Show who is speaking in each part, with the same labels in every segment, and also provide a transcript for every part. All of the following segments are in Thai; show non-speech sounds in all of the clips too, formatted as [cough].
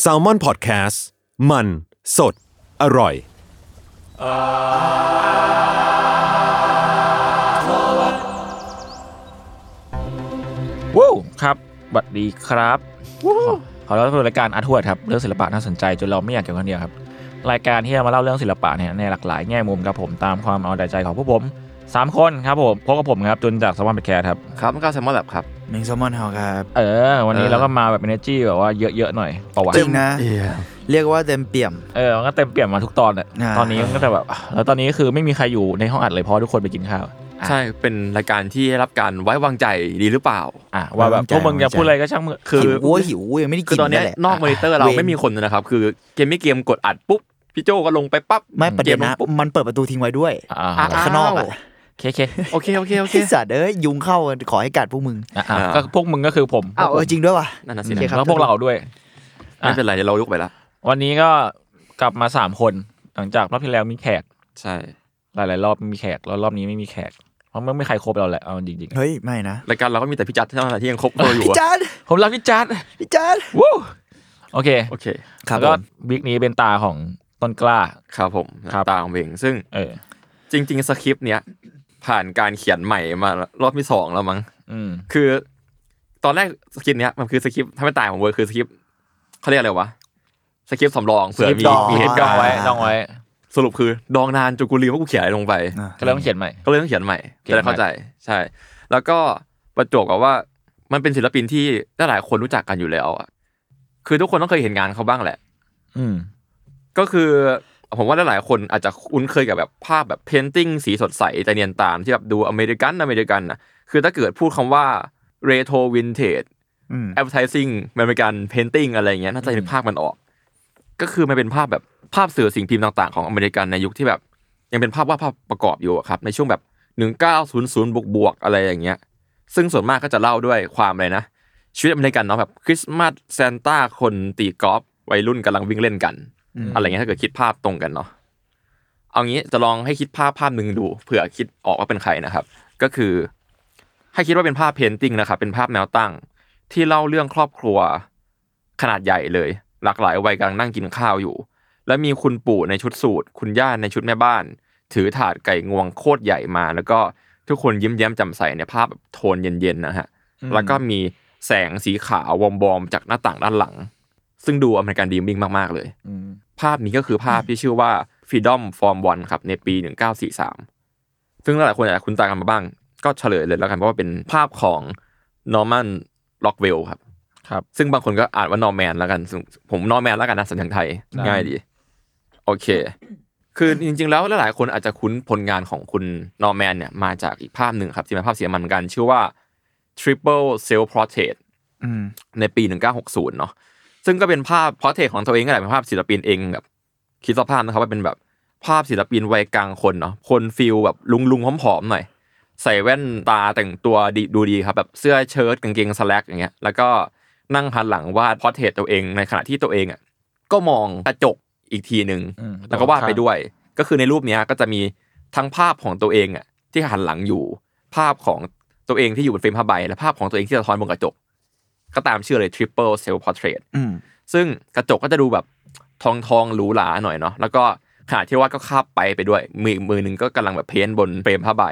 Speaker 1: แซลมอนพอดแคสต์มันสดอร่อย
Speaker 2: ว้าวครับสวัสดีครับ ขอขอต้อนรับสู่รายการอาร์ทเวร์ดครับเรื่องศิลปะน่าสนใจจนเราไม่อยากเก็บคนเดียวครับ รายการที่จะมาเล่าเรื่องศิลปะเนี่ยในหลากหลายแง่มุมครับผมตามความเอาใจใจของพวกผมสามคนครับผมพบกับผมครับจุนจากสมอนเปแคร์ครับ
Speaker 3: ครับมันก็แซมมอนแลบครับ
Speaker 4: เมงแซลมอนเฮาครับ
Speaker 2: เออ วันนี้เราก็มาแบบเอเนจีแบบว่าเยอะๆหน่อยประวัติ
Speaker 4: จริงนะ เรียกว่าเต็มเปี่ยม
Speaker 2: เออมันก็เต็มเปี่ยมมาทุกตอนอ่ะ
Speaker 4: อ่า
Speaker 2: ตอนนี้มันก็จะแบบแล้วตอนนี้คือไม่มีใครอยู่ในห้องอัดเลยเพราะทุกคนไปกินข้าว
Speaker 3: ใช่เป็นรายการที่ได้รับการไว้วางใจดีหรือเปล่า
Speaker 2: อ่ะว่าแบบพวกมึงจะพูดอะไรก็ช่างมึงคือ
Speaker 4: หิวโว้ยหิวโว้ยยังไม่ได้
Speaker 3: คื
Speaker 4: กิ
Speaker 3: อนตอนเนี้ย
Speaker 4: เลยแหละ
Speaker 3: นอกมอนิเตอร์เรา
Speaker 4: เว้น
Speaker 3: ไม่มีคนนะครับ คือเกมไม่เกมกดอัดปุ๊บ พี่โจก็ลงไปปั๊บ
Speaker 4: ไม่ประเด็น
Speaker 3: กมล
Speaker 4: นะ
Speaker 3: งปุ๊บ
Speaker 4: มันเปิดประตูทิ้งไว้ด้วย
Speaker 2: อ่า
Speaker 4: ข้างนอก
Speaker 3: อ้า
Speaker 4: อ่ะ
Speaker 3: ว
Speaker 2: เคเค
Speaker 3: โอเค โอเค โอเค
Speaker 4: ที่สัตว์เอ้ยยุงเข้าขอให้กัดพวกมึง
Speaker 2: อ่ะอ่ะก็พวกมึงก็คือผม
Speaker 4: อ้าวเออจริงด้วยว่ะ
Speaker 3: นั่นน่ะ
Speaker 2: อื
Speaker 3: สิ
Speaker 2: ม
Speaker 4: โอเคครับ
Speaker 2: แล้วพวกเราด้วย
Speaker 3: ไม่เป็นไรเดี๋ยวเรายกไปละ
Speaker 2: วันนี้ก็กลับมาสามคน หลังจากรอบที่แล้วมีแขก
Speaker 3: ใช่
Speaker 2: หลาย ๆ รอบมีแขกแล้วรอบนี้ไม่มีแขก เพราะมันไม่มีใครครบเราแหละเอาจริง
Speaker 4: เฮ้ยไม่นะ
Speaker 3: รายการเราก็มีแต่พี่จัดเท่านั้นที่ยังคบเราอยู่
Speaker 4: พี่
Speaker 3: อะ
Speaker 4: จัน
Speaker 2: ๆผมรักพี่จัด
Speaker 4: พี่จัน
Speaker 2: วู้โอเค
Speaker 3: โอเค
Speaker 4: ครับ
Speaker 2: แล้วก็
Speaker 4: ผม
Speaker 2: วิกนี้เป็นตาของต้นกล้า
Speaker 3: ครับผม
Speaker 2: ครับ
Speaker 3: ตามเวงซึ่ง
Speaker 2: เออ
Speaker 3: จริง ๆ สคริปต์เนี้ยผ่านการเขียนใหม่มารอบที่สองแล้วมั้ง
Speaker 2: อืม
Speaker 3: คือ ตอนแรกสคริปต์เนี้ยมันคือสคริปต์ถ้าไม่ตายของเวอร์คือสคริปต์เขาเรียกอะไรวะสคริปต์สำรองเผื่อ
Speaker 2: สคริป
Speaker 3: มี
Speaker 2: ต์ดอง
Speaker 3: มีเหตุ
Speaker 2: ด
Speaker 3: กา
Speaker 2: อ
Speaker 3: รงณ์
Speaker 2: ไว้ดองไว้
Speaker 3: สรุปคือ ดองนานจนกูลืมว่ากูเขียนอะไรลงไป
Speaker 4: อ่ะ
Speaker 2: ก็เลยต้องเขียนใหม่
Speaker 3: ก็เลยต้องเขียนใหม่
Speaker 2: เขีย
Speaker 3: จะ
Speaker 2: นใหม่
Speaker 3: ได้เข้าใจใช่ แล้วก็ประจวบกับว่ามันเป็นศิลปินที่หลายๆคนรู้จักกันอยู่แล้วอะคือทุกคนต้องเคยเห็นงานเขาบ้างแหละ
Speaker 2: อืม
Speaker 3: ก็คือผมว่าหลายๆคนอาจจะคุ้นเคยกับแบบภาพแบบเพนติ้งสีสดใสแต่เนียนตามที่แบบดูอเมริกันอเมริกันนะคือถ้าเกิดพูดคำว่าเรโทรวินเทจ
Speaker 4: อืม
Speaker 3: advertising มันเป็นการ painting อะไรอย่างเงี้ยน่าจะนึกภาพมันออก ก็คือมันเป็นภาพแบบภาพสื่อสิ่งพิมพ์ต่างๆ ของอเมริกันในยุคที่แบบ ยังเป็นภาพวาดภาพประกอบอยู่อะครับ ในช่วงแบบ 1900 บวกบวกๆอะไรอย่างเงี้ย ซึ่งส่วนมากก็จะเล่าด้วยความอะไรนะ ชีวิตอเมริกันเนาะแบบคริสต์มาสซานต้าคนตีกอล์ฟวัยรุ่นกำลังวิ่งเล่นกัน
Speaker 4: อืม
Speaker 3: อะไรเงี้ยถ้าเกิดคิดภาพตรงกันเนาะเอางี้จะลองให้คิดภาพภาพหนึ่งดูเผื่อคิดออกว่าเป็นใครนะครับ ก็คือ ให้คิดว่าเป็นภาพเพนติงนะครับเป็นภาพแนวตั้ง ที่เล่าเรื่องครอบครัวขนาดใหญ่เลย หลากหลายวัยกำลังนั่งกินข้าวอยู่ แล้วมีคุณปู่ในชุดสูทคุณย่าในชุดแม่บ้าน ถือถาดไก่งวงโคตรใหญ่มา แล้วก็ทุกคนยิ้มแย้มแจ่มใสในภาพแบบโทนเย็นๆนะฮะ
Speaker 2: อืม
Speaker 3: แล้วก็มีแสงสีขาววอมๆจากหน้าต่างด้านหลัง ซึ่งดูอเมริกันดีมิ่งมากๆเลย
Speaker 2: อืม
Speaker 3: ภาพนี้ก็คือภาพที่ชื่อว่า Freedom Form 1 ครับ ในปี 1943 ซึ่งหลายๆคนอาจจะคุ้นตากันมาบ้าง ก็เฉลยเลยแล้วกันเพราะว่าเป็นภาพของ Norman Rockwell ครับ
Speaker 2: ครับ
Speaker 3: ซึ่งบางคนก็อ่านว่านอร์แมนแล้วกันซึ่งผมนอร์แมนแล้วกันนะสำเนียงไทย
Speaker 2: ได้
Speaker 3: ง่ายดี โอเค คือจริงๆ แล้วหลายๆคนอาจจะคุ้นผลงานของคุณนอร์แมนเนี่ยมาจากอีกภาพหนึ่งครับ ที่เป็นภาพสีน้ำมันเหมือนกัน ชื่อว่า Triple Self Portrait
Speaker 4: อืม
Speaker 3: ในปี 1960 เนาะ ซึ่งก็เป็นภาพพอเทของตัวเองก็แหละเป็นภาพศิลปินเองแบบคิดสภาพนะครับว่าเป็นแบบภาพศิลปินวัยกลางคนเนาะ คนฟิลแบบลุงลุงๆผอมๆหน่อย ใส่แว่นตาแต่งตัวดีดูดีครับแบบเสื้อเชิ้ตกางเกงสแลกอย่างเงี้ย แล้วก็นั่งหันหลังวาดพอเทตัวเองในขณะที่ตัวเองอ่ะก็มองกระจกอีกทีหนึ่ง
Speaker 2: อืม
Speaker 3: แล้วก็วาดไปด้วย ก็คือในรูปเนี้ยก็จะมีทั้งภาพของตัวเองอ่ะที่หันหลังอยู่ ภาพของตัวเองที่อยู่บนเฟรมผ้าใบ และภาพของตัวเองที่สะท้อนบนกระจก ก็ตามชื่อเลย triple self portrait
Speaker 4: อืม
Speaker 3: ซึ่งกระจกก็จะดูแบบทองทองๆหรูหราหน่อยเนาะ แล้วก็ขณะที่วาดก็คาบไปไปด้วย มืออีกมือหนึ่งก็กำลังแบบเพ้นท์บนเฟรมผ้าใบ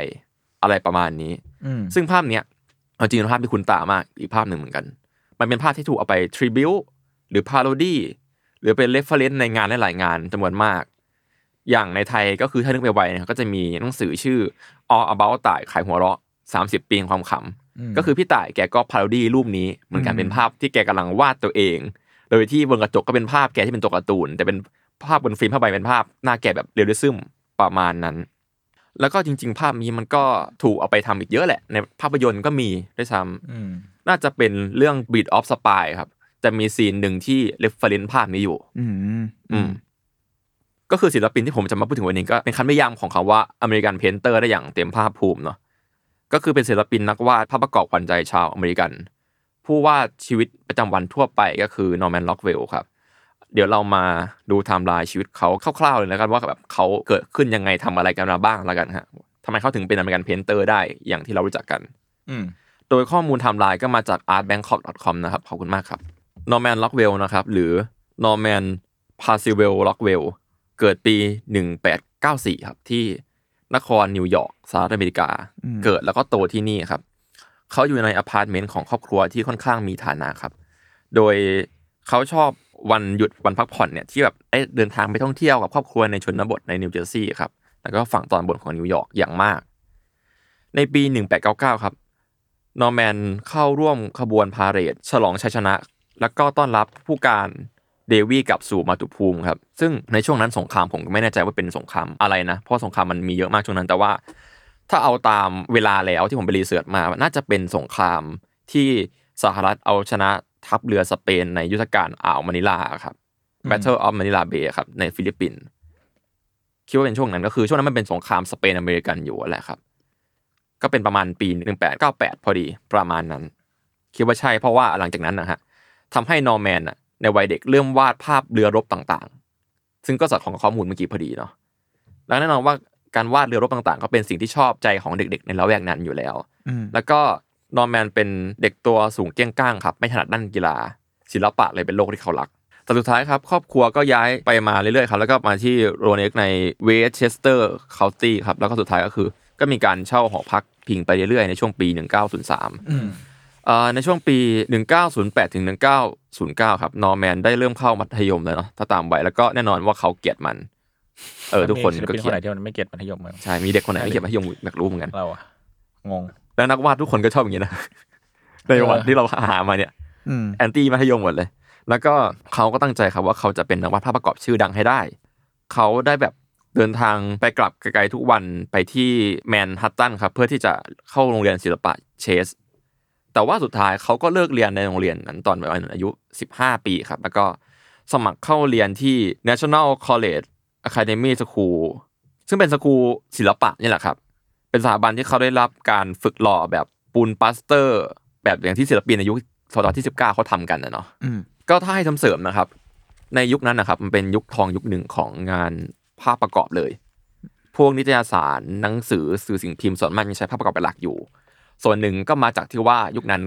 Speaker 3: อะไรประมาณนี้
Speaker 2: อืม
Speaker 3: ซึ่งภาพเนี้ยเอาจริงๆเป็นภาพที่คุณตามากอีกภาพหนึ่งเหมือนกัน มันเป็นภาพที่ถูกเอาไปทริบิวหรือพาโรดี้หรือเป็นเรฟเฟรนซ์ในงานหลายๆงานจำนวนมาก อย่างในไทยก็คือถ้านึกไปไวเนี่ยก็จะมีหนังสือชื่อ All About ต่ายขายหัวเราะ 30 ปีแห่งความขำก็คือพี่ต่ายแกก็พาโรดี้รูปนี้เหมือนกัน
Speaker 4: อืม
Speaker 3: เป็นภาพที่แกกำลังวาดตัวเอง โดยที่บนกระจกก็เป็นภาพแกที่เป็นตัวการ์ตูน แต่เป็นภาพบนฟิล์มผ้าใบเป็นภาพหน้าแกแบบเรียลลิซึมประมาณนั้น แล้วก็จริง ๆ ภาพนี้มันก็ถูกเอาไปทำอีกเยอะแหละ ในภาพยนตร์ก็มีด้วยซ้ำ
Speaker 2: อืม
Speaker 3: น่าจะเป็นเรื่อง Beat of Spy ครับ จะมีซีนหนึ่งที่เรฟเฟรนซ์ภาพนี้อยู่
Speaker 4: อืม
Speaker 3: อืม ก็คือศิลปินที่ผมจะมาพูดถึงวันนี้ก็เป็นคำนิยามของคำว่าอเมริกันเพนเตอร์ได้อย่างเต็มภาพภูมิเนาะ ก็คือเป็นศิลปินนักวาดภาพประกอบขวัญใจชาวอเมริกัน ผู้วาดชีวิตประจำวันทั่วไปก็คือนอร์แมนล็อกเวลครับ เดี๋ยวเรามาดูไทม์ไลน์ชีวิตเขาคร่าวๆเลยแล้วกันว่าแบบเขาเกิดขึ้นยังไงทำอะไรกันมาบ้างแล้วกันฮะทำไมเขาถึงเป็นอเมริกันเพนเตอร์ได้อย่างที่เรารู้จักกัน
Speaker 2: อืม
Speaker 3: โดยข้อมูลไทม์ไลน์ก็มาจาก artbangkok.com นะครับ ขอบคุณมากครับ Norman Rockwell นะครับ หรือ Norman Percival Rockwell เกิดปี 1894 ครับ ที่นครนิวยอร์กสหรัฐอเมริกา
Speaker 4: อืม
Speaker 3: เกิดแล้วก็โตที่นี่ครับ เขาอยู่ในอพาร์ตเมนต์ของครอบครัวที่ค่อนข้างมีฐานะครับ โดยเขาชอบวันหยุดวันพักผ่อนเนี่ยที่แบบได้เดินทางไปท่องเที่ยวกับครอบครัวในชนบทในนิวเจอร์ซีย์ครับ แล้วก็ฝั่งตอนบนของนิวยอร์กอย่างมาก ในปี 1899 ครับ นอร์แมนเข้าร่วมขบวนพาเหรดฉลองชัยชนะ แล้วก็ต้อนรับผู้การเดวี่กลับสู่มาตุภูมิครับ ซึ่งในช่วงนั้นสงครามผมก็ไม่แน่ใจว่าเป็นสงครามอะไรนะ เพราะสงครามมันมีเยอะมากช่วงนั้น แต่ว่า ถ้าเอาตามเวลาแล้วที่ผมไปรีเสิร์ชมา น่าจะเป็นสงครามที่สหรัฐเอาชนะทัพเรือสเปนในยุทธการอ่าวมะนิลาครับ Battle of Manila Bay ครับในฟิลิปปินส์คิดว่าเป็นช่วงนั้นก็คือช่วงนั้นมันเป็นสงครามสเปนอเมริกันอยู่แหละครับ ก็เป็นประมาณปี 1898 พอดีประมาณนั้น คิดว่าใช่เพราะว่าหลังจากนั้นนะฮะทำให้นอร์แมนน่ะในวัยเด็กเริ่มวาดภาพเรือรบต่างๆ ซึ่งก็สอดคล้องกับข้อมูลเมื่อกี้พอดีเนาะแล้วแน่นอนว่าการวาดเรือรบต่างๆ ก็เป็นสิ่งที่ชอบใจของเด็ก ๆ ในละแวกนั้นอยู่แล้ว
Speaker 4: อืม
Speaker 3: แล้วก็นอร์แมนเป็นเด็กตัวสูงเก้ยงก้างครับ ไม่ถนัดด้านกีฬา ศิลปะเลยเป็นโลกที่เขารัก แต่สุดท้ายครับ ครอบครัวก็ย้ายไปมาเรื่อยๆครับ แล้วก็มาที่โรเน็กในเวสเชสเตอร์คาวตี้ครับ แล้วก็สุดท้ายก็คือ ก็มีการเช่าหอพักพิงไปเรื่อยๆ ในช่วงปี 1903
Speaker 2: อืม
Speaker 3: เอ่อในช่วงปี 1908ถึง1909 ครับ นอร์แมนได้เริ่มเข้ามัธยมแล้วเนาะถ้าตามไว้แล้วก็แน่นอนว่าเขาเกลียดมัน เออ ทุกคน
Speaker 2: ศิล
Speaker 3: ก็
Speaker 2: ปิ
Speaker 3: เก
Speaker 2: ค
Speaker 3: ลี
Speaker 2: น
Speaker 3: ย
Speaker 2: ไหน
Speaker 3: ด
Speaker 2: ที่มันไม่เก็ตมัธยมมั้ง
Speaker 3: ใช่มีเด็กคนไหนที่เกลียดมัธยมอยากรู้เหมือนกัน
Speaker 2: เราอะงง
Speaker 3: แล้วนักวาดทุกคนก็ชอบอย่างนี้นะ [laughs] ในประวัติที่เราหามาเนี่ย
Speaker 4: อืม
Speaker 3: แอนตี้มัธยมหมดเลย แล้วก็เขาก็ตั้งใจครับว่าเขาจะเป็นนักวาดภาพประกอบชื่อดังให้ได้ เขาได้แบบเดินทางไปกลับไกลๆทุกวันไปที่แมนฮัตตันครับ เพื่อที่จะเข้าโรงเรียนศิลปะเชส แต่ว่าสุดท้ายเขาก็เลิกเรียนในโรงเรียนนั้นตอนประมาณอายุ 15 ปีครับ แล้วก็สมัครเข้าเรียนที่ National College Academy School ซึ่งเป็นสกูลศิลปะนี่แหละครับ เป็นสถาบันที่เขาได้รับการฝึกหล่อแบบปูนปลาสเตอร์ แบบอย่างที่ศิลปินในยุคศตวรรษที่ 19 เขาทำกันนะเนาะ
Speaker 4: อืม
Speaker 3: ก็ถ้าให้ทำเสริมนะครับ ในยุคนั้นนะครับ มันเป็นยุคทองยุคหนึ่งของงานภาพประกอบเลย พวกนิตยสารหนังสือสื่อสิ่งพิมพ์ส่วนมากยังใช้ภาพประกอบเป็นหลักอยู่ ส่วนหนึ่งก็มาจากที่ว่ายุคนั้น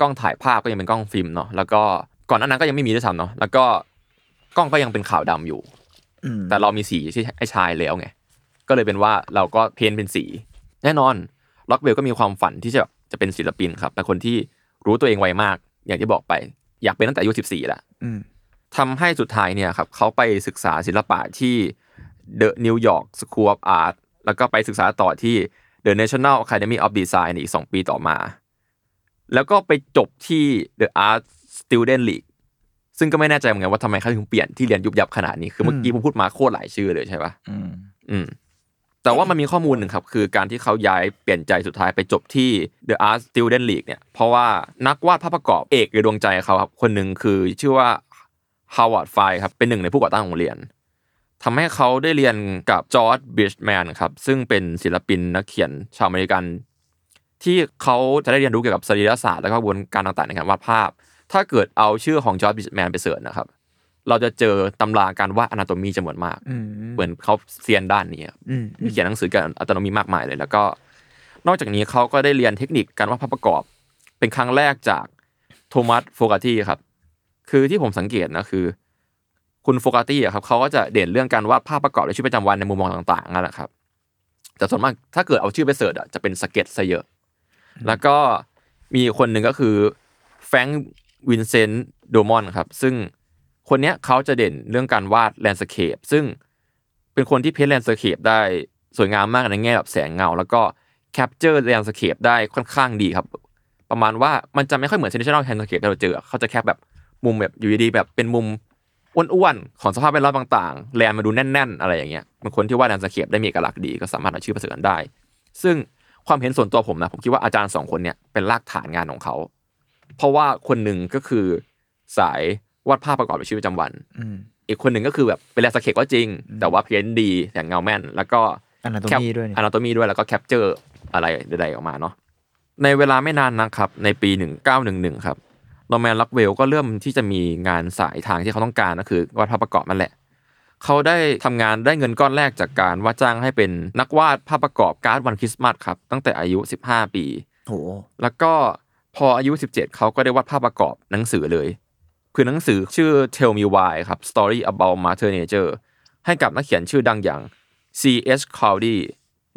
Speaker 3: กล้องถ่ายภาพก็ยังเป็นกล้องฟิล์มเนาะแล้วก็ก่อนหน้านั้นก็ยังไม่มีด้วยซ้ำเนาะแล้วก็กล้องก็ยังเป็นขาวดำอยู่
Speaker 4: อืม
Speaker 3: แต่เรามีสีที่ให้ใชายแล้วไง ก็เลยเป็นว่าเราก็เพ้นเป็นสี แน่นอนล็อกเวลก็มีความฝันที่จะแบบจะเป็นศิลปินครับเป็นคนที่รู้ตัวเองไวมาก อย่างที่บอกไป อยากเป็นตั้งแต่อายุ14แล้ว
Speaker 4: อืม
Speaker 3: ทำให้สุดท้ายเนี่ยครับเขาไปศึกษาศิลปะที่ The New York School of Art แล้วก็ไปศึกษาต่อที่ The National Academy of Design ในอีก 2 ปีต่อมา แล้วก็ไปจบที่ The Art Student League ซึ่งก็ไม่แน่ใจเหมือนกันว่าทำไมเขาถึงเปลี่ยนที่เรียนยุบยับขนาดนี้ คือเมื่อกี้ผมพูดมาโคตรหลายชื่อเลยใช่ปะ
Speaker 2: อืม
Speaker 3: อืมแต่ว่ามันมีข้อมูลหนึ่งครับ คือการที่เขาย้ายเปลี่ยนใจสุดท้ายไปจบที่ The Art Student League เนี่ย เพราะว่านักวาดภาพประกอบเอกในดวงใจเขาครับ คนหนึ่งคือชื่อว่า Howard f i ครับ เป็นหนึ่งในผู้ก่อตั้งโรงเรียนทำให้เขาได้เรียนกับจอร์ดบิชแมนครับ ซึ่งเป็นศิลปินนักเขียนชาวอเมริกัน ที่เขาจะได้เรียนรู้เกี่ยวกับสรีระศาสตร์และกระบวนการต่างๆในการวาดภาพ ถ้าเกิดเอาชื่อของจอร์ดบิชแมนไปเสิร์ชนะครับ เราจะเจอตำราการวาดอนาโตมีจำนวนมาก
Speaker 4: อืม
Speaker 3: เหมือนเขาเซียนด้านนี้ครับ
Speaker 4: อืม
Speaker 3: มีเขียนหนังสือเกยวกันอัตโนมีมากมายเลย แล้วก็ นอกจากนี้เขาก็ได้เรียนเทคนิคการวาดภาพประกอบ เป็นครั้งแรกจากโทมัสโฟกาตี้ครับ คือที่ผมสังเกตนะคือ คุณโฟกาตี้อะครับเขาก็จะเด่นเรื่องการวาดภาพประกอบในชีวิตประจำวันในมุมมองต่างๆนั่นแหละครับ แต่ส่วนมากถ้าเกิดเอาชื่อไปเสิร์ชอะจะเป็นสเก็ตซะเยอะ แล้วก็มีคนหนึ่งก็คือแฟรงค์ วินเซนต์โดมอนครับ ซึ่งคนเนี้ยเขาจะเด่นเรื่องการวาดแลนด์สเคปซึ่งเป็นคนที่เพ้นแลนด์สเคปได้สวยงามมากในแง่แบบแสงเงา แล้วก็แคปเจอร์แลนด์สเคปได้ค่อนข้างดีครับ ประมาณว่ามันจะไม่ค่อยเหมือน traditional landscape ที่เราเจอเขาจะแคปแบบมุมแบบอยู่ดีๆแบบเป็นมุมอ้วนๆ ของสภาพแวดล้อมต่างๆ แลนด์มาดูแน่น ๆ อะไรอย่างเงี้ยบางคนที่วาด landscape ได้มีเอกลักษณ์ดีก็สามารถเอาชื่อมาเสนอได้ ซึ่งความเห็นส่วนตัวผมนะ ผมคิดว่าอาจารย์สองคนเนี่ยเป็นรากฐานงานของเขา เพราะว่าคนหนึ่งก็คือสายวาดภาพประกอบในชีวิตประจำวัน
Speaker 4: อืม
Speaker 3: อีกคนหนึ่งก็คือแบบเป็นแลนด์สเคปก็จริง แต่ว่าเพี้ยนดีแสงเงาแม่น แล้วก็
Speaker 4: Anatomy ด้วยนี่
Speaker 3: อนาโตมีด้วยแล้วก็แคปเจอร์อะไรใดๆออกมาเนาะในเวลาไม่นานนะครับ ในปี 1911 ครับโนแมนล็อกเวลก็เริ่มที่จะมีงานสายทางที่เขาต้องการก็คือวาดภาพประกอบนั่นแหละ เขาได้ทำงานได้เงินก้อนแรกจากการว่าจ้างให้เป็นนักวาดภาพประกอบการ์ดวันคริสต์มาสครับตั้งแต่อายุ 15 ปี
Speaker 4: โห
Speaker 3: แล้วก็พออายุ 17 เขาก็ได้วาดภาพประกอบหนังสือเลย คือหนังสือชื่อ Tell Me Why ครับ Story About Mother Nature ให้กับนักเขียนชื่อดังอย่าง C.S. Crowdy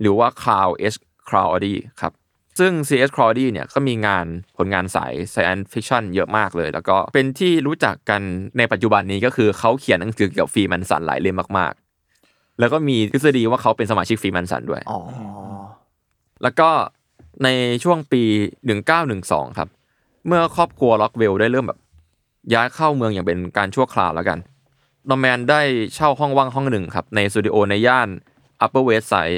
Speaker 3: หรือว่า Carl H. Crowdy ครับ ซึ่ง C.S. Crowdy เนี่ยก็มีงานผลงานสาย science fiction เยอะมากเลย แล้วก็เป็นที่รู้จักกันในปัจจุบันนี้ก็คือเขาเขียนหนังสือเกี่ยวกับฟรีแมนสันหลายเล่มมากๆ แล้วก็มีทฤษฎีว่าเขาเป็นสมาชิกฟรีแมนสันด้วย
Speaker 4: อ๋อ
Speaker 3: แล้วก็ในช่วงปี 1912 ครับ เมื่อครอบครัวล็อกเวลได้เริ่มแบบย้ายเข้าเมืองอย่างเป็นการชั่วคราวแล้วกันนอร์แมนได้เช่าห้องว่างห้องหนึ่งครับ ในสตูดิโอในย่าน Upper West Side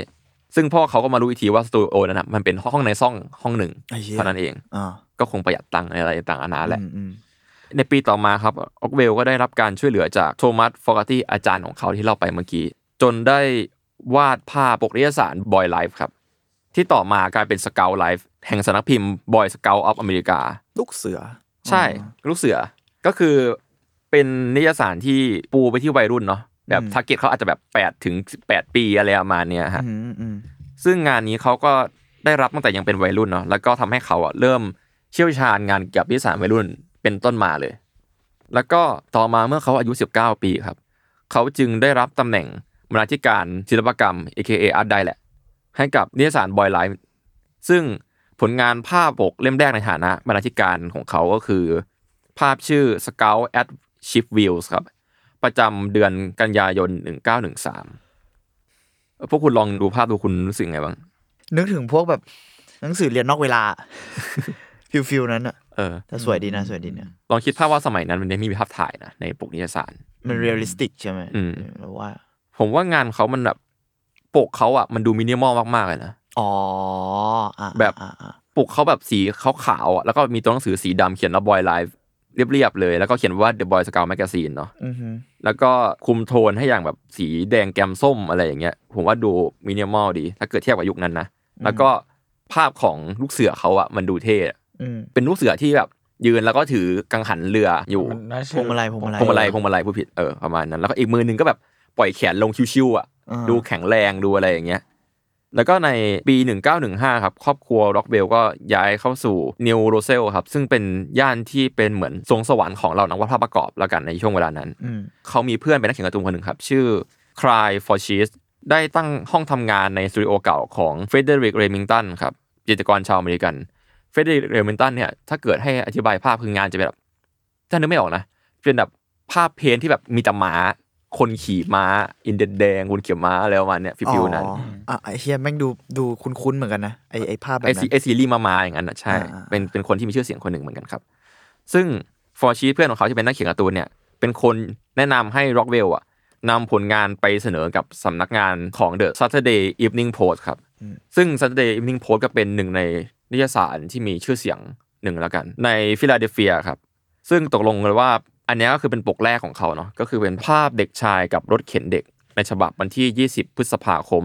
Speaker 3: ซึ่งพ่อเขาก็มารู้อีกทีว่าสตูดิโอนั้นนะมันเป็นห้องในซ่องห้องหนึ่ง
Speaker 4: ไอ้เหี้ย
Speaker 3: เท่านั้นเอง
Speaker 4: อ่า
Speaker 3: ก็คงประหยัดตังค์ในอะไรต่างๆนานาแหละ
Speaker 4: อืมอืม
Speaker 3: ในปีต่อมาครับออกเวลก็ได้รับการช่วยเหลือจากโทมัสฟอร์ตี้อาจารย์ของเขาที่เล่าไปเมื่อกี้ จนได้วาดภาพปกนิยสารบอยไลฟ์ครับ ที่ต่อมากลายเป็นสเกลไลฟ์แห่งสำนักพิมพ์บอยสเกลออฟอเมริกา
Speaker 4: ลูกเสือ
Speaker 3: ใช่ลูกเสือก็คือเป็นนิยสารที่ปูไปที่วัยรุ่นเนาะแบบ
Speaker 4: อืม
Speaker 3: ทาร์เก็ตเขาอาจจะแบบ8ถึง18 ปีอะไรประมาณเนี้ยฮะ
Speaker 4: อืมอืม
Speaker 3: ซึ่งงานนี้เขาก็ได้รับตั้งแต่ยังเป็นวัยรุ่นเนาะแล้วก็ทำให้เขาอ่ะเริ่มเชี่ยวชาญงานเกี่ยวกับวิสานวัยรุ่นเป็นต้นมาเลย แล้วก็ต่อมาเมื่อเขาอายุ 19 ปีครับ เขาจึงได้รับตำแหน่งบรรณาธิการศิลปกรรม AKA Art ได้แหละ ให้กับนิตยสารบอยไลฟ์ซึ่งผลงานภาพปกเล่มแรกในฐานะบรรณาธิการของเขาก็คือ ภาพชื่อ Scout at Shipwheels ครับ ประจำเดือนกันยายน 1913พวกคุณลองดูภาพดูคุณรู้สึกไงบ้าง
Speaker 4: นึกถึงพวกแบบหนังสือเรียนนอกเวลา [laughs] ฟิลฟิลนั้นอะ
Speaker 3: เออ
Speaker 4: แต่สวยดีนะ สวยดีนะ
Speaker 3: ลองคิดภาพว่าสมัยนั้นมันได้มีภาพถ่ายนะในปกนิตยสาร
Speaker 4: มันเรียลลิสติกใช่ไหม
Speaker 3: อืม
Speaker 4: แล้วว่า
Speaker 3: ผมว่างานเขามันแบบปกเขาอ่ะมันดูมินิมอลมากๆเลยนะ
Speaker 4: อ๋ออ่ะ
Speaker 3: แบบ
Speaker 4: อ่ะอ่ะ
Speaker 3: ปกเขาแบบสีขาวๆอ่ะแล้วก็มีตัวหนังสือสีดำเขียนว่า Boy Life เรียบๆเลย แล้วก็เขียนว่า The Boy Scout Magazine เนาะ
Speaker 4: อือหือ
Speaker 3: แล้วก็คุมโทนให้อย่างแบบสีแดงแกมส้มอะไรอย่างเงี้ยผมว่าดูมินิมอลดี ถ้าเกิดเทียบกับยุคนั้นนะแล้วก็ภาพของลูกเสือเขาอ่ะมันดูเท่อะ
Speaker 4: อืม
Speaker 3: เป็นลูกเสือที่แบบยืนแล้วก็ถือกังหันเรืออยู่
Speaker 2: มันน่าเชื่
Speaker 4: พวงมาลัยพวงมาลัย
Speaker 3: พวงมาลัยพวงมาลัยผู้ผิดเออประมาณนั้น แล้วก็อีกมือหนึ่งก็แบบปล่อยแขนลงชิวๆอ่ะ
Speaker 4: อ่า
Speaker 3: ดูแข็งแรงดูอะไรอย่างเงี้ยแล้วก็ในปี 1915 ครับ ครอบครัวร็อกเบลก็ย้ายเข้าสู่นิวโรเซลครับ ซึ่งเป็นย่านที่เป็นเหมือนทรงสวรรค์ของเรานักวาดภาพประกอบแล้วกันในช่วงเวลานั้น
Speaker 4: อืม
Speaker 3: เขามีเพื่อนเป็นนักเขียนการ์ตูนคนหนึ่งครับ ชื่อ Cry for Cheese ได้ตั้งห้องทำงานในสตูดิโอเก่าของเฟเดริกเรมิงตันครับจิตรกรชาวอเมริกันเฟเดริกเรมิงตันเนี่ยถ้าเกิดให้อธิบายภาพคืองานจะเป็นแบบถ้านึกไม่ออกนะ เป็นแบบภาพเพนที่แบบมีแต่ม้า คนขี่ม้า อินเดียนแดงคนเขี่ม้าอะไรประมาณเนี่ยฟิวๆนั้น
Speaker 4: อ๋ออ่ะไอเฮียแม่งดูดูคุ้นๆเหมือนกันนะไอไอภาพแบบ
Speaker 3: ไอซี
Speaker 4: นั้น
Speaker 3: ไอซีรีส์มามาอย่างนั้นนะใช่
Speaker 4: อ่าอ่า
Speaker 3: เป็นเป็นคนที่มีชื่อเสียงคนหนึ่งเหมือนกันครับ ซึ่งฟอร์ชีเพื่อนของเขาที่เป็นนักเขียนการ์ตูนเนี่ยเป็นคนแนะนำให้ร็อกเวลอะนำผลงานไปเสนอกับสำนักงานของ The Saturday Evening Post ครับ ซึ่ง Saturday Evening Post ก็เป็นหนึ่งในนิตยสารที่มีชื่อเสียงหนึ่งแล้วกัน ในฟิลาเดลเฟียครับ ซึ่งตกลงกันว่าอันเนี้ยก็คือเป็นปกแรกของเขาเนาะก็คือเป็นภาพเด็กชายกับรถเข็นเด็ก ในฉบับวันที่ 20 พฤษภาคม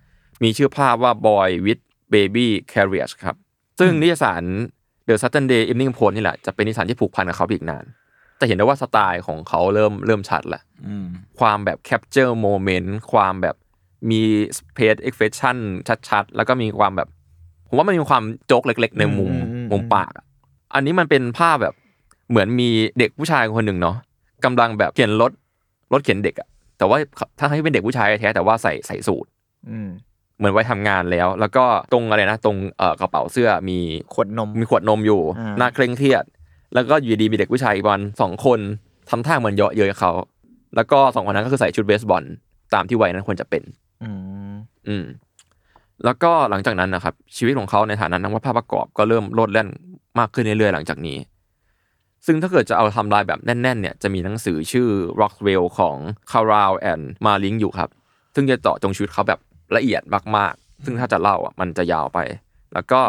Speaker 3: 1916 มีชื่อภาพว่า Boy with Baby Carriage ครับ ซึ่งนิตยสาร The Saturday Evening Post นี่แหละ จะเป็นนิตยสารที่ผูกพันกับเขาไปอีกนาน แต่เห็นได้ว่าสไตล์ของเขาเริ่มเริ่มชัดแล้ว
Speaker 2: อืม
Speaker 3: ความแบบแคปเจอร์โมเมนต์ความแบบมีสเปซเอ็กเฟชั่นชัดๆ แล้วก็มีความแบบ ผมว่ามันมีความโจ๊กเล็กๆ ในมุม
Speaker 4: อืม
Speaker 3: มุมปากอะอันนี้มันเป็นภาพแบบเหมือนมีเด็กผู้ชายคนหนึ่งเนาะกำลังแบบเข็นรถรถเข็นเด็กอะแต่ว่าถ้าให้เป็นเด็กผู้ชายแท้ๆแต่ว่าใส่ใส่สูท
Speaker 4: อืม
Speaker 3: เหมือนไว้ทำงานแล้ว แล้วก็ตรงอะไรนะ ตรงเอ่อกระเป๋าเสื้อมี
Speaker 4: ขวดนม
Speaker 3: มีขวดนมอยู่
Speaker 4: อ่า
Speaker 3: หน้าเคร่งเครียด แล้วก็อยู่ดีมีเด็กผู้ชายอีกวันสองคนทำท่าเหมือนเยาะเย้ยเขา แล้วก็สองคนนั้นก็คือใส่ชุดเบสบอลตามที่วัยนั้นควรจะเป็น
Speaker 4: อืม
Speaker 3: อืม แล้วก็หลังจากนั้นนะครับ ชีวิตของเขาในฐานะนักวาดภาพประกอบก็เริ่มโลดแล่นมากขึ้นเรื่อยๆ หลังจากนี้ ซึ่งถ้าเกิดจะเอาทำลายแบบแน่น ๆ เนี่ยจะมีหนังสือชื่อ Rockwell ของ c a r a l and Marling อยู่ครับ ซึ่งจะเจาะจงชีวิตเขาแบบละเอียดมากๆ ซึ่งถ้าจะเล่าอ่ะมันจะยาวไป แล้วก็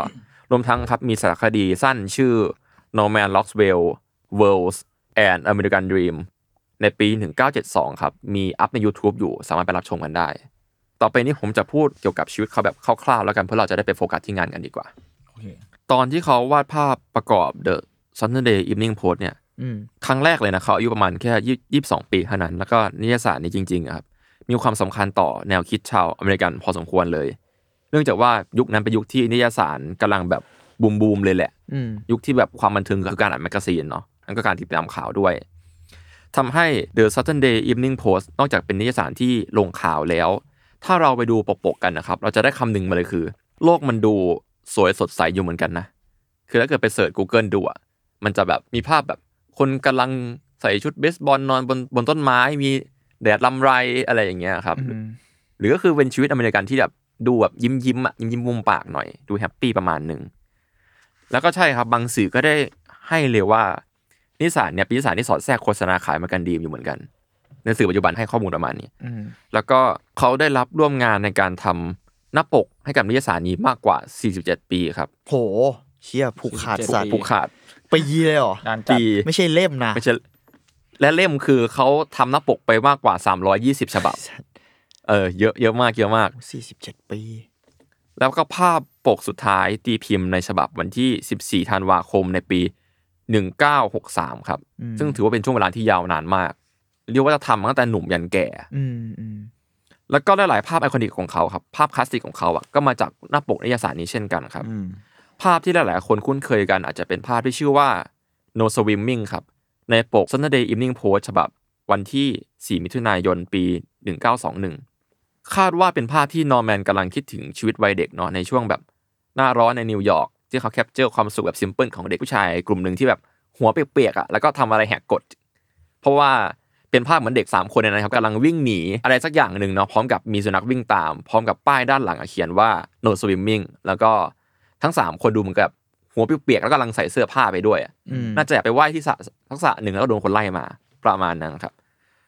Speaker 3: รวมทั้งครับมีสารคดีสั้นชื่อ No Man Rockwell Worlds and American Dream ในปี 1972 ครับ มีอัพใน YouTube อยู่สามารถไปรับชมกันได้ ต่อไปนี้ผมจะพูดเกี่ยวกับชีวิตเขาแบบคร่าวๆแล้วกันเพื่อเราจะได้ไปโฟกัสที่งานกันดีกว่า
Speaker 2: โอเค
Speaker 3: ตอนที่เขาวาดภาพประกอบ The Saturday Evening Post เนี่ย
Speaker 4: อืม
Speaker 3: ครั้งแรกเลยนะเขาอายุประมาณแค่ยี่สิบสองปีเท่านั้น แล้วก็นิยายสารนี้จริงๆอะครับ มีความสำคัญต่อแนวคิดชาวอเมริกันพอสมควรเลย เนื่องจากว่ายุคนั้นเป็นยุคที่นิยายสารกำลังแบบบูมๆเลยแหละ
Speaker 4: อืม
Speaker 3: ยุคที่แบบความบันเทิงคือการอ่านแมกกาซีนเนาะนั่นก็การติดตามข่าวด้วย ทำให้ The Saturday Evening Post นอกจากเป็นนิตยสารที่ลงข่าวแล้ว ถ้าเราไปดูปกปกกันนะครับ เราจะได้คำหนึ่งมาเลยคือ โลกมันดูสวยสดใสอยู่เหมือนกันนะ คือถ้าเกิดไปเสิร์ช Google ดูอะมันจะแบบมีภาพแบบคนกำลังใส่ชุดเบสบอลนอนบนบนต้นไม้ มีแดดลำไรอะไรอย่างเงี้ยครับ
Speaker 4: อืม
Speaker 3: หรือก็คือเป็นชีวิตอเมริกันที่แบบดูแบบยิ้มยิ้มๆอ่ะยิ้มยิ้มมุมปากหน่อย ดูแฮปปี้ประมาณหนึ่ง แล้วก็ใช่ครับบางสื่อก็ได้ให้เลยว่า นิสสานเนี่ยเป็นนิสสานที่สอดแทรกโฆษณาขายมากันดีมอยู่เหมือนกัน ในสื่อปัจจุบันให้ข้อมูลประมาณนี้
Speaker 4: อืม
Speaker 3: แล้วก็เขาได้รับร่วมงานในการทำหน้าปกให้กับนิตยสารนี้มากกว่า 47 ปีครับ
Speaker 4: โห เชี่ยผูกขาด
Speaker 2: 47
Speaker 4: สัตว์
Speaker 3: ผูกขาด
Speaker 4: ปีเลยเหรอ
Speaker 2: การจัด
Speaker 3: ปี
Speaker 4: ไม่ใช่เล่มนะ
Speaker 3: ไม่ใช่และเล่มคือเขาทำหน้าปกไปมากกว่า 320 ฉบับ เออเยอะเยอะมากเยอะมาก
Speaker 4: สี่สิบเจ็ดปี
Speaker 3: แล้วก็ภาพปกสุดท้ายตีพิมพ์ในฉบับวันที่ 14 ธันวาคมในปี 1963 ครับ
Speaker 4: อืม
Speaker 3: ซึ่งถือว่าเป็นช่วงเวลาที่ยาวนานมาก เรียกว่าจะทำมาตั้งแต่หนุ่มยันแก่
Speaker 4: อืมอืม
Speaker 3: แล้วก็หลายๆภาพไอคอนิกของเขาครับ ภาพคลาสสิกของเขาอะก็มาจากหน้าปกนิยายสารนี้เช่นกันครับ
Speaker 4: อืม
Speaker 3: ภาพที่หลาย ๆ คนคุ้นเคยกันอาจจะเป็นภาพที่ชื่อว่า No Swimming ครับ ในปก Sunday Evening Post ฉบับวันที่ 4 มิถุนายนปี 1921 คาดว่าเป็นภาพที่นอร์แมนกำลังคิดถึงชีวิตวัยเด็กเนาะในช่วงแบบหน้าร้อนในนิวยอร์กที่เขาแคปเจอร์ความสุขแบบซิมเพิลของเด็กผู้ชายกลุ่มหนึ่งที่แบบหัวเปียกๆอะ่ะแล้วก็ทำอะไรแหกกฎ เพราะว่าเป็นภาพเหมือนเด็ก 3 คนเนี่ยนะครับกำลังวิ่งหนีอะไรสักอย่างหนึ่งเนาะพร้อมกับมีสุนัขวิ่งตาม พร้อมกับป้ายด้านหลังอะเขียนว่า no swimming แล้วก็ทั้ง 3 คนดูเหมือนกับหัวเปียกๆแล้วกำลังใส่เสื้อผ้าไปด้วยอะ
Speaker 4: อืม
Speaker 3: น่าจะอยากไปไหว้ที่สระทักษะหนึ่งแล้วก็โดนคนไล่มาประมาณนั้นครับ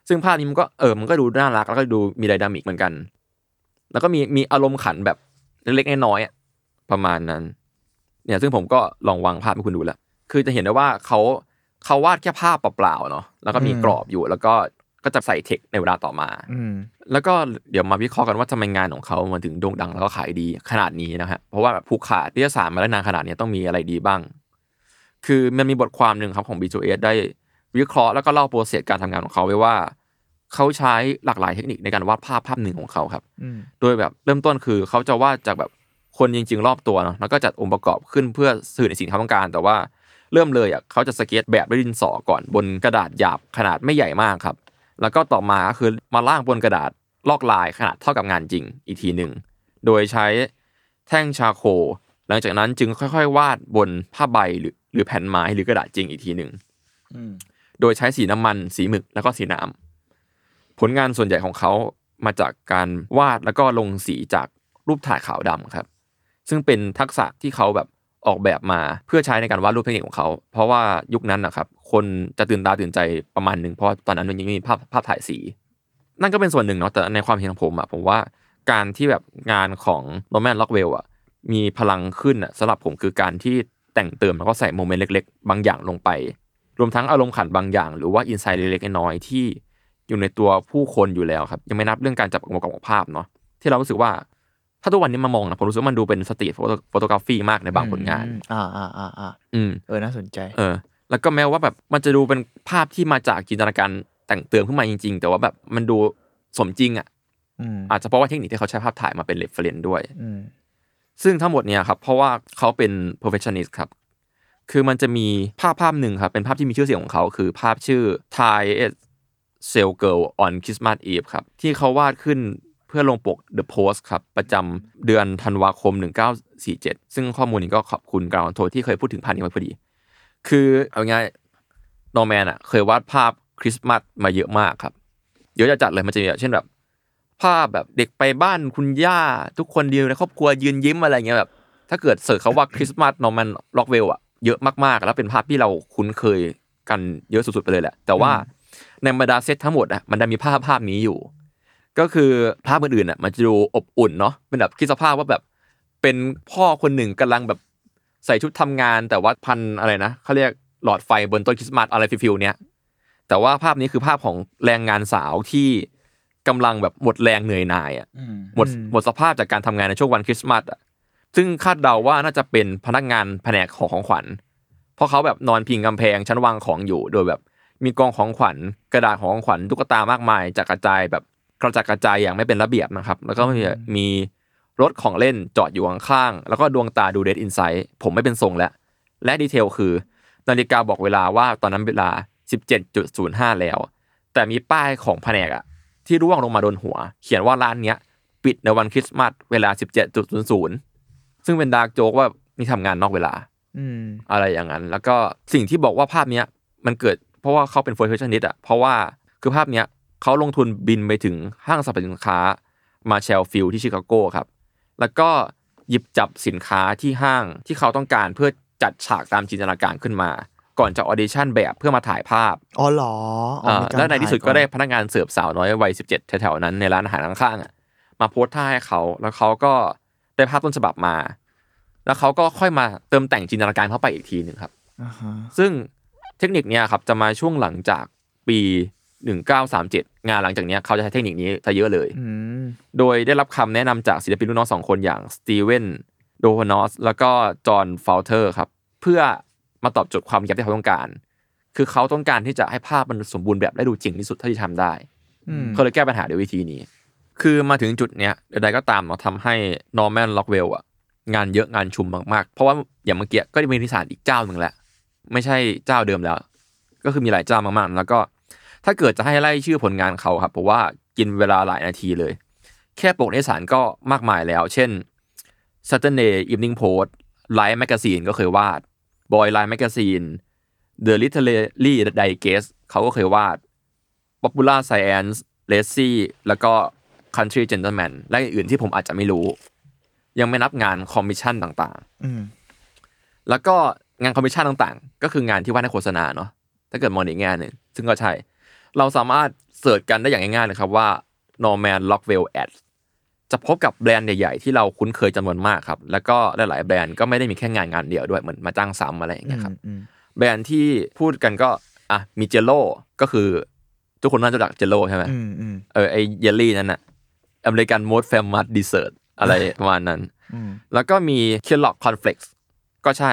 Speaker 3: ซึ่งภาพนี้มันก็เออมันก็ดูน่ารักแล้วก็ดูมีไดนามิกเหมือนกัน แล้วก็มีมีอารมณ์ขันแบบเล็กๆน้อยๆอะประมาณนั้น เนี่ยซึ่งผมก็ลองวางภาพให้คุณดูแล้ว คือจะเห็นได้ว่าเขาเขาวาดแค่ภาพเปล่าๆเนาะแล้วก็มีกรอบอยู่ แล้วก็ก็จะใส่เทคในเวลาต่อมา
Speaker 4: อืม
Speaker 3: แล้วก็เดี๋ยวมาวิเคราะห์กันว่าทำไมงานของเขามันถึงโด่งดังแล้วก็ขายดีขนาดนี้นะฮะเพราะว่าแบบผูกขาดนิตยสารมาได้นานขนาดนี้ต้องมีอะไรดีบ้าง คือมันมีบทความหนึ่งครับของ B2S ได้วิเคราะห์แล้วก็เล่าโปรเซสการทำงานของเขาไว้ว่า เขาใช้หลากหลายเทคนิคในการวาดภาพภาพหนึ่งของเขาครับ
Speaker 4: อืม
Speaker 3: โดยแบบเริ่มต้นคือเขาจะวาดจากแบบคนจริง ๆ รอบตัวเนาะแล้วก็จัดองค์ประกอบขึ้นเพื่อสื่อในสิ่งที่เขาต้องการ แต่ว่าเริ่มเลยอ่ะเขาจะสเก็ตแบบด้วยดินสอก่อนบนกระดาษหยาบขนาดไม่ใหญ่มากครับ แล้วก็ต่อมาก็คือมาล่างบนกระดาษลอกลายขนาดเท่ากับงานจริงอีกทีหนึ่งโดยใช้แท่งชาโคลหลังจากนั้นจึงค่อยๆ วาดบนผ้าใบหรือหรือแผ่นไม้หรือกระดาษจริงอีกทีหนึ่ง
Speaker 2: อืม
Speaker 3: โดยใช้สีน้ำมัน สีหมึก แล้วก็สีน้ำผลงานส่วนใหญ่ของเขามาจากการวาดแล้วก็ลงสีจากรูปถ่ายขาวดำครับ ซึ่งเป็นทักษะที่เขาแบบออกแบบมาเพื่อใช้ในการวาดรูปเทคนิคของเขา เพราะว่ายุคนั้นนะครับ คนจะตื่นตาตื่นใจประมาณหนึ่งเพราะตอนนั้นมันยังไม่มีภาพภาพถ่ายสี นั่นก็เป็นส่วนหนึ่งเนาะแต่ในความเห็นของผมอะผมว่าการที่แบบงานของโนแมนล็อกเวลอะมีพลังขึ้นอะสำหรับผมคือการที่แต่งเติมแล้วก็ใส่โมเมนต์เล็ก ๆ บางอย่างลงไป รวมทั้งอารมณ์ขันบางอย่าง หรือว่าอินไซต์เล็กๆน้อยๆที่อยู่ในตัวผู้คนอยู่แล้วครับ ยังไม่นับเรื่องการจับองค์ประกอบของภาพเนาะที่เรารู้สึกว่า ถ้าทุกวันนี้มามองนะผมรู้สึกว่ามันดูเป็นสตรีทโฟโตกราฟีมากในบางผลงาน
Speaker 4: อืมอ่าอ่าอ่าอ่า
Speaker 3: อืม
Speaker 4: เออ น่าสนใจ
Speaker 3: เออแล้วก็แม้ว่าแบบมันจะดูเป็นภาพที่มาจากจินตนาการแต่งเติมขึ้นมาจริง ๆ แต่ว่าแบบมันดูสมจริงอ่ะ
Speaker 4: อืม
Speaker 3: อาจจะเพราะว่าเทคนิคที่เขาใช้ภาพถ่ายมาเป็นเรฟเฟรนด้วย
Speaker 4: อืม
Speaker 3: ซึ่งทั้งหมดเนี่ยครับเพราะว่าเขาเป็น perfectionist ครับ คือมันจะมีภาพภาพหนึ่งครับ เป็นภาพที่มีชื่อเสียงของเขา คือภาพชื่อ Thai s a l Girl on Christmas Eve ครับ ที่เขาวาดขึ้นเพื่อลงปก The Post ครับ ประจำเดือนธันวาคม 1947 ซึ่งข้อมูลนี้ก็ขอบคุณกราวน์โทที่เคยพูดถึงภาพนี้ไว้พอดี คือเอาง่ายนอร์แมนอ่ะ เคยวาดภาพคริสต์มาสมาเยอะมากครับ เยอะจะจัดเลยมันจะมีแบบเช่นแบบ ภาพแบบเด็กไปบ้านคุณย่า ทุกคนเดียวในครอบครัวยืนยิ้มอะไรเงี้ยแบบ ถ้าเกิดเสิร์ชคำว่าคริสต์มาสนอร์แมนล็อกเวลอ่ะเยอะมากๆ แล้วเป็นภาพที่เราคุ้นเคยกันเยอะสุดๆไปเลยแหละ แต่ว่าในบรรดาเซตทั้งหมดอ่ะมันดันมีภาพภาพนี้อยู่ ก็คือภาพอื่นๆอ่ะมันจะดูอบอุ่นเนาะเป็นแบบคิดสภาพว่าแบบ เป็นพ่อคนหนึ่งกำลังแบบใส่ชุดทำงาน แต่ว่าพันอะไรนะเขาเรียกหลอดไฟบนต้นคริสต์มาสอะไรฟิลๆเนี้ยแต่ว่าภาพนี้คือภาพของแรงงานสาวที่กำลังแบบหมดแรงเหนื่อยหน่ายอ่ะหมด
Speaker 4: อืม
Speaker 3: หมดสภาพจากการทำงานในช่วงวันคริสต์มาสอ่ะซึ่งคาดเดาว่าน่าจะเป็นพนักงานแผนกของของขวัญ เพราะเขาแบบนอนพิงกำแพงชั้นวางของอยู่โดยแบบมีกองของขวัญกระดาษของของขวัญตุ๊กตามากมายจัดกระจายแบบกระจัดกระจายอย่างไม่เป็นระเบียบนะครับ แล้วก็มีมีรถของเล่นจอดอยู่ข้างๆแล้วก็ดวงตาดูเด d อินไซ h ์ผมไม่เป็นทรงแล้ว และดีเทลคือ นาฬิกาบอกเวลาว่าตอนนั้นเวลา 17.05 แล้ว แต่มีป้ายของแผนกอะที่ร่วงลงมาโดนหัว เขียนว่าร้านเนี้ย ปิดในวันคริสต์มาสเวลา 17.00 ซึ่งเป็นดาร์กโจกว่านี่ทำงานนอกเวลา
Speaker 4: อืม
Speaker 3: อะไรอย่างนั้น แล้วก็สิ่งที่บอกว่าภาพเนี้ยมันเกิดเพราะว่าเขาเป็น perfectionist อ่ะ เพราะว่าคือภาพเนี้ยเขาลงทุนบินไปถึงห้างสรรพสินค้ามาเชลฟิลที่ชิคาโกครับ แล้วก็หยิบจับสินค้าที่ห้างที่เขาต้องการเพื่อจัดฉากตามจินตนาการขึ้นมา ก่อนจะออเดชั่นแบบเพื่อมาถ่ายภาพ
Speaker 4: อ๋อเหรออ๋อมีาร
Speaker 3: แล้วในที่สุด
Speaker 4: ถ่าย
Speaker 3: ก็ได้พนักงานเสิร์ฟสาวน้อยวัยสิบเจ็ดแถวๆนั้นในร้านอาหารข้างๆอะมาโพสท่าให้เขา แล้วเขาก็ได้ภาพต้นฉบับมา แล้วเขาก็ค่อยมาเติมแต่งจินตนาการเข้าไปอีกทีหนึ่งครับ
Speaker 4: อ่าฮะ
Speaker 3: ซึ่งเทคนิคเนี้ยครับจะมาช่วงหลังจากปี 1937 งานหลังจากเนี้ยเขาจะใช้เทคนิคนี้ซะเยอะเลย
Speaker 4: อืม
Speaker 3: โดยได้รับคำแนะนำจากศิลปินรุ่นน้องสองคนอย่างสตีเวนโดฮานอสแล้วก็จอห์นฟาวเทอร์ครับ เพื่อมาตอบโจทย์ความอยากที่เขาต้องการ คือเขาต้องการที่จะให้ภาพมันสมบูรณ์แบบและดูจริงที่สุดเท่าที่ทำได้
Speaker 4: อืม
Speaker 3: เขาเลยแก้ปัญหาด้วยวิธีนี้ คือมาถึงจุดเนี้ยใดๆก็ตามเนาะทำให้นอร์แมนล็อกเวลอะงานเยอะงานชุมมากๆ เพราะว่าอย่างเมื่อกี้ก็มีนิสานอีกเจ้าหนึ่งแหละ ไม่ใช่เจ้าเดิมแล้ว ก็คือมีหลายเจ้ามากๆ แล้วก็ ถ้าเกิดจะให้ไล่ชื่อผลงานเขาครับเพราะว่ากินเวลาหลายนาทีเลย แค่ปกนิสานก็มากมายแล้ว เช่น Saturday Evening Post Life Magazine ก็เคยวาด Boy Life Magazine The Literary Digest เขาก็เคยวาด Popular Science l a c y แล้วก็ Country Gentleman และอื่นๆที่ผมอาจจะไม่รู้ ยังไม่นับงานคอมมิชชั่นต่างๆ
Speaker 4: อืม
Speaker 3: แล้วก็งานคอมมิชชั่นต่างๆ ก็คืองานที่ว่าดให้โฆษณาเนาะ ถ้าเกิดมองอีกแง่หนึ่งซึ่งก็ใช่ เราสามารถเสิร์ชกันได้อย่างง่ายๆเลยครับว่า Norman Rockwell Ads จะพบกับแบรนด์ใหญ่ๆ ที่เราคุ้นเคยจำนวนมากครับ แล้วก็หลายๆแบรนด์ก็ไม่ได้มีแค่งานงานเดียวด้วย เหมือนมาจ้างซ้ำอะไรอย่างเงี้ยครับ
Speaker 4: อืม
Speaker 3: แบรนด์ที่พูดกันก็อ่ะมีเจโ o ก็คือทุกคนน่าจะรู้จักเจโ o ใช่ไหม
Speaker 4: อืมอืม
Speaker 3: เออไอเยลลี่นั่นน่ะอเมริกันโมดแฟมมัสดีเซอร์อะไรประมาณนั้น
Speaker 4: อืม
Speaker 3: แล้วก็มีเคลล็อกคอนเฟล็กซ์ก็ใช่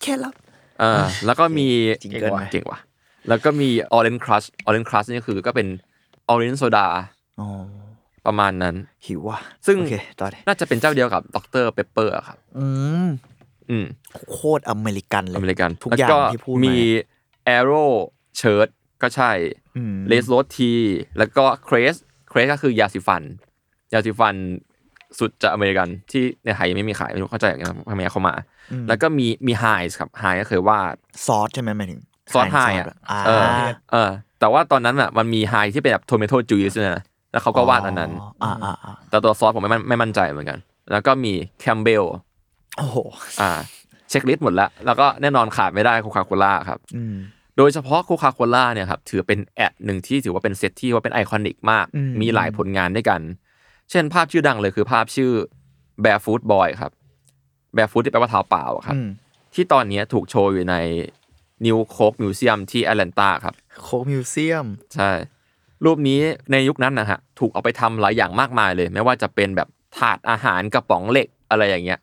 Speaker 4: แค่รับ
Speaker 3: เออแล้วก็มี
Speaker 4: จริงเกินไป
Speaker 3: เก่งว่ะแล้วก็มีออเรนครัชออเรนครัชนี่คือก็เป็นออเรนโซดา
Speaker 4: อ๋อ
Speaker 3: ประมาณนั้น
Speaker 4: หิวว่ะ
Speaker 3: ซึ่ง
Speaker 4: โอเคต่อเลย
Speaker 3: น่าจะเป็นเจ้าเดียวกับดรเปเปอร์ครับ
Speaker 4: อืม
Speaker 3: อืม
Speaker 4: โคตรอเมริกันเลย
Speaker 3: อเมริกัน
Speaker 4: ทุก
Speaker 3: แล้ว
Speaker 4: อย่างที่พูดา
Speaker 3: มีแอโรเชิร์ตก็ใช่
Speaker 4: อืม
Speaker 3: เลสโรสทีแล้วก็เครสเครสก็คือยาสีฟัน ยาสีฟันสุดจะอเมริกันที่ในไทยยังไม่มีขายไม่รู้เข้าใจอย่างไงทำไมเขามา แล้วก็มีมีไฮส์ครับไฮก็เคยวาด
Speaker 4: ซอสใช่ไหมหมายถึง
Speaker 3: ซอสไฮอ่ะ
Speaker 4: อ่า
Speaker 3: เออเออ แต่ว่าตอนนั้นอ่ะมันมีไฮที่เป็นแบบโทเมโตจูสนะแล้วเขาก็วาดอันนั้น
Speaker 4: อ่าอ่าอ่า
Speaker 3: แต่ตัวซอสผมไม่มั่นไม่มั่นใจเหมือนกัน แล้วก็มีแคมเบล
Speaker 4: โอ้โห
Speaker 3: อ่า เช็คลิสต์หมดแล้ว แล้วก็แน่นอนขาดไม่ได้โคคาโคล่าครับ
Speaker 4: อืม
Speaker 3: โดยเฉพาะโคคาโคล่าเนี่ยครับถือเป็นแอดหนึ่งที่ถือว่าเป็นเซตที่ว่าเป็นไอคอนิกมาก
Speaker 4: อืม
Speaker 3: มีหลายผลงานด้วยกัน เช่นภาพชื่อดังเลยคือภาพชื่อ Barefoot Boy ครับ Barefoot ที่แปลว่าเท้าเปล่าครับ
Speaker 4: อืม
Speaker 3: ที่ตอนเนี้ยถูกโชว์อยู่ในนิวโคกมิวเซียมที่แอตแลนตาครับ
Speaker 4: โคกมิวเซียม
Speaker 3: ใช่ รูปนี้ในยุคนั้นนะฮะถูกเอาไปทำหลายอย่างมากมายเลย ไม่ว่าจะเป็นแบบถาดอาหารกระป๋องเหล็กอะไรอย่างเงี้ย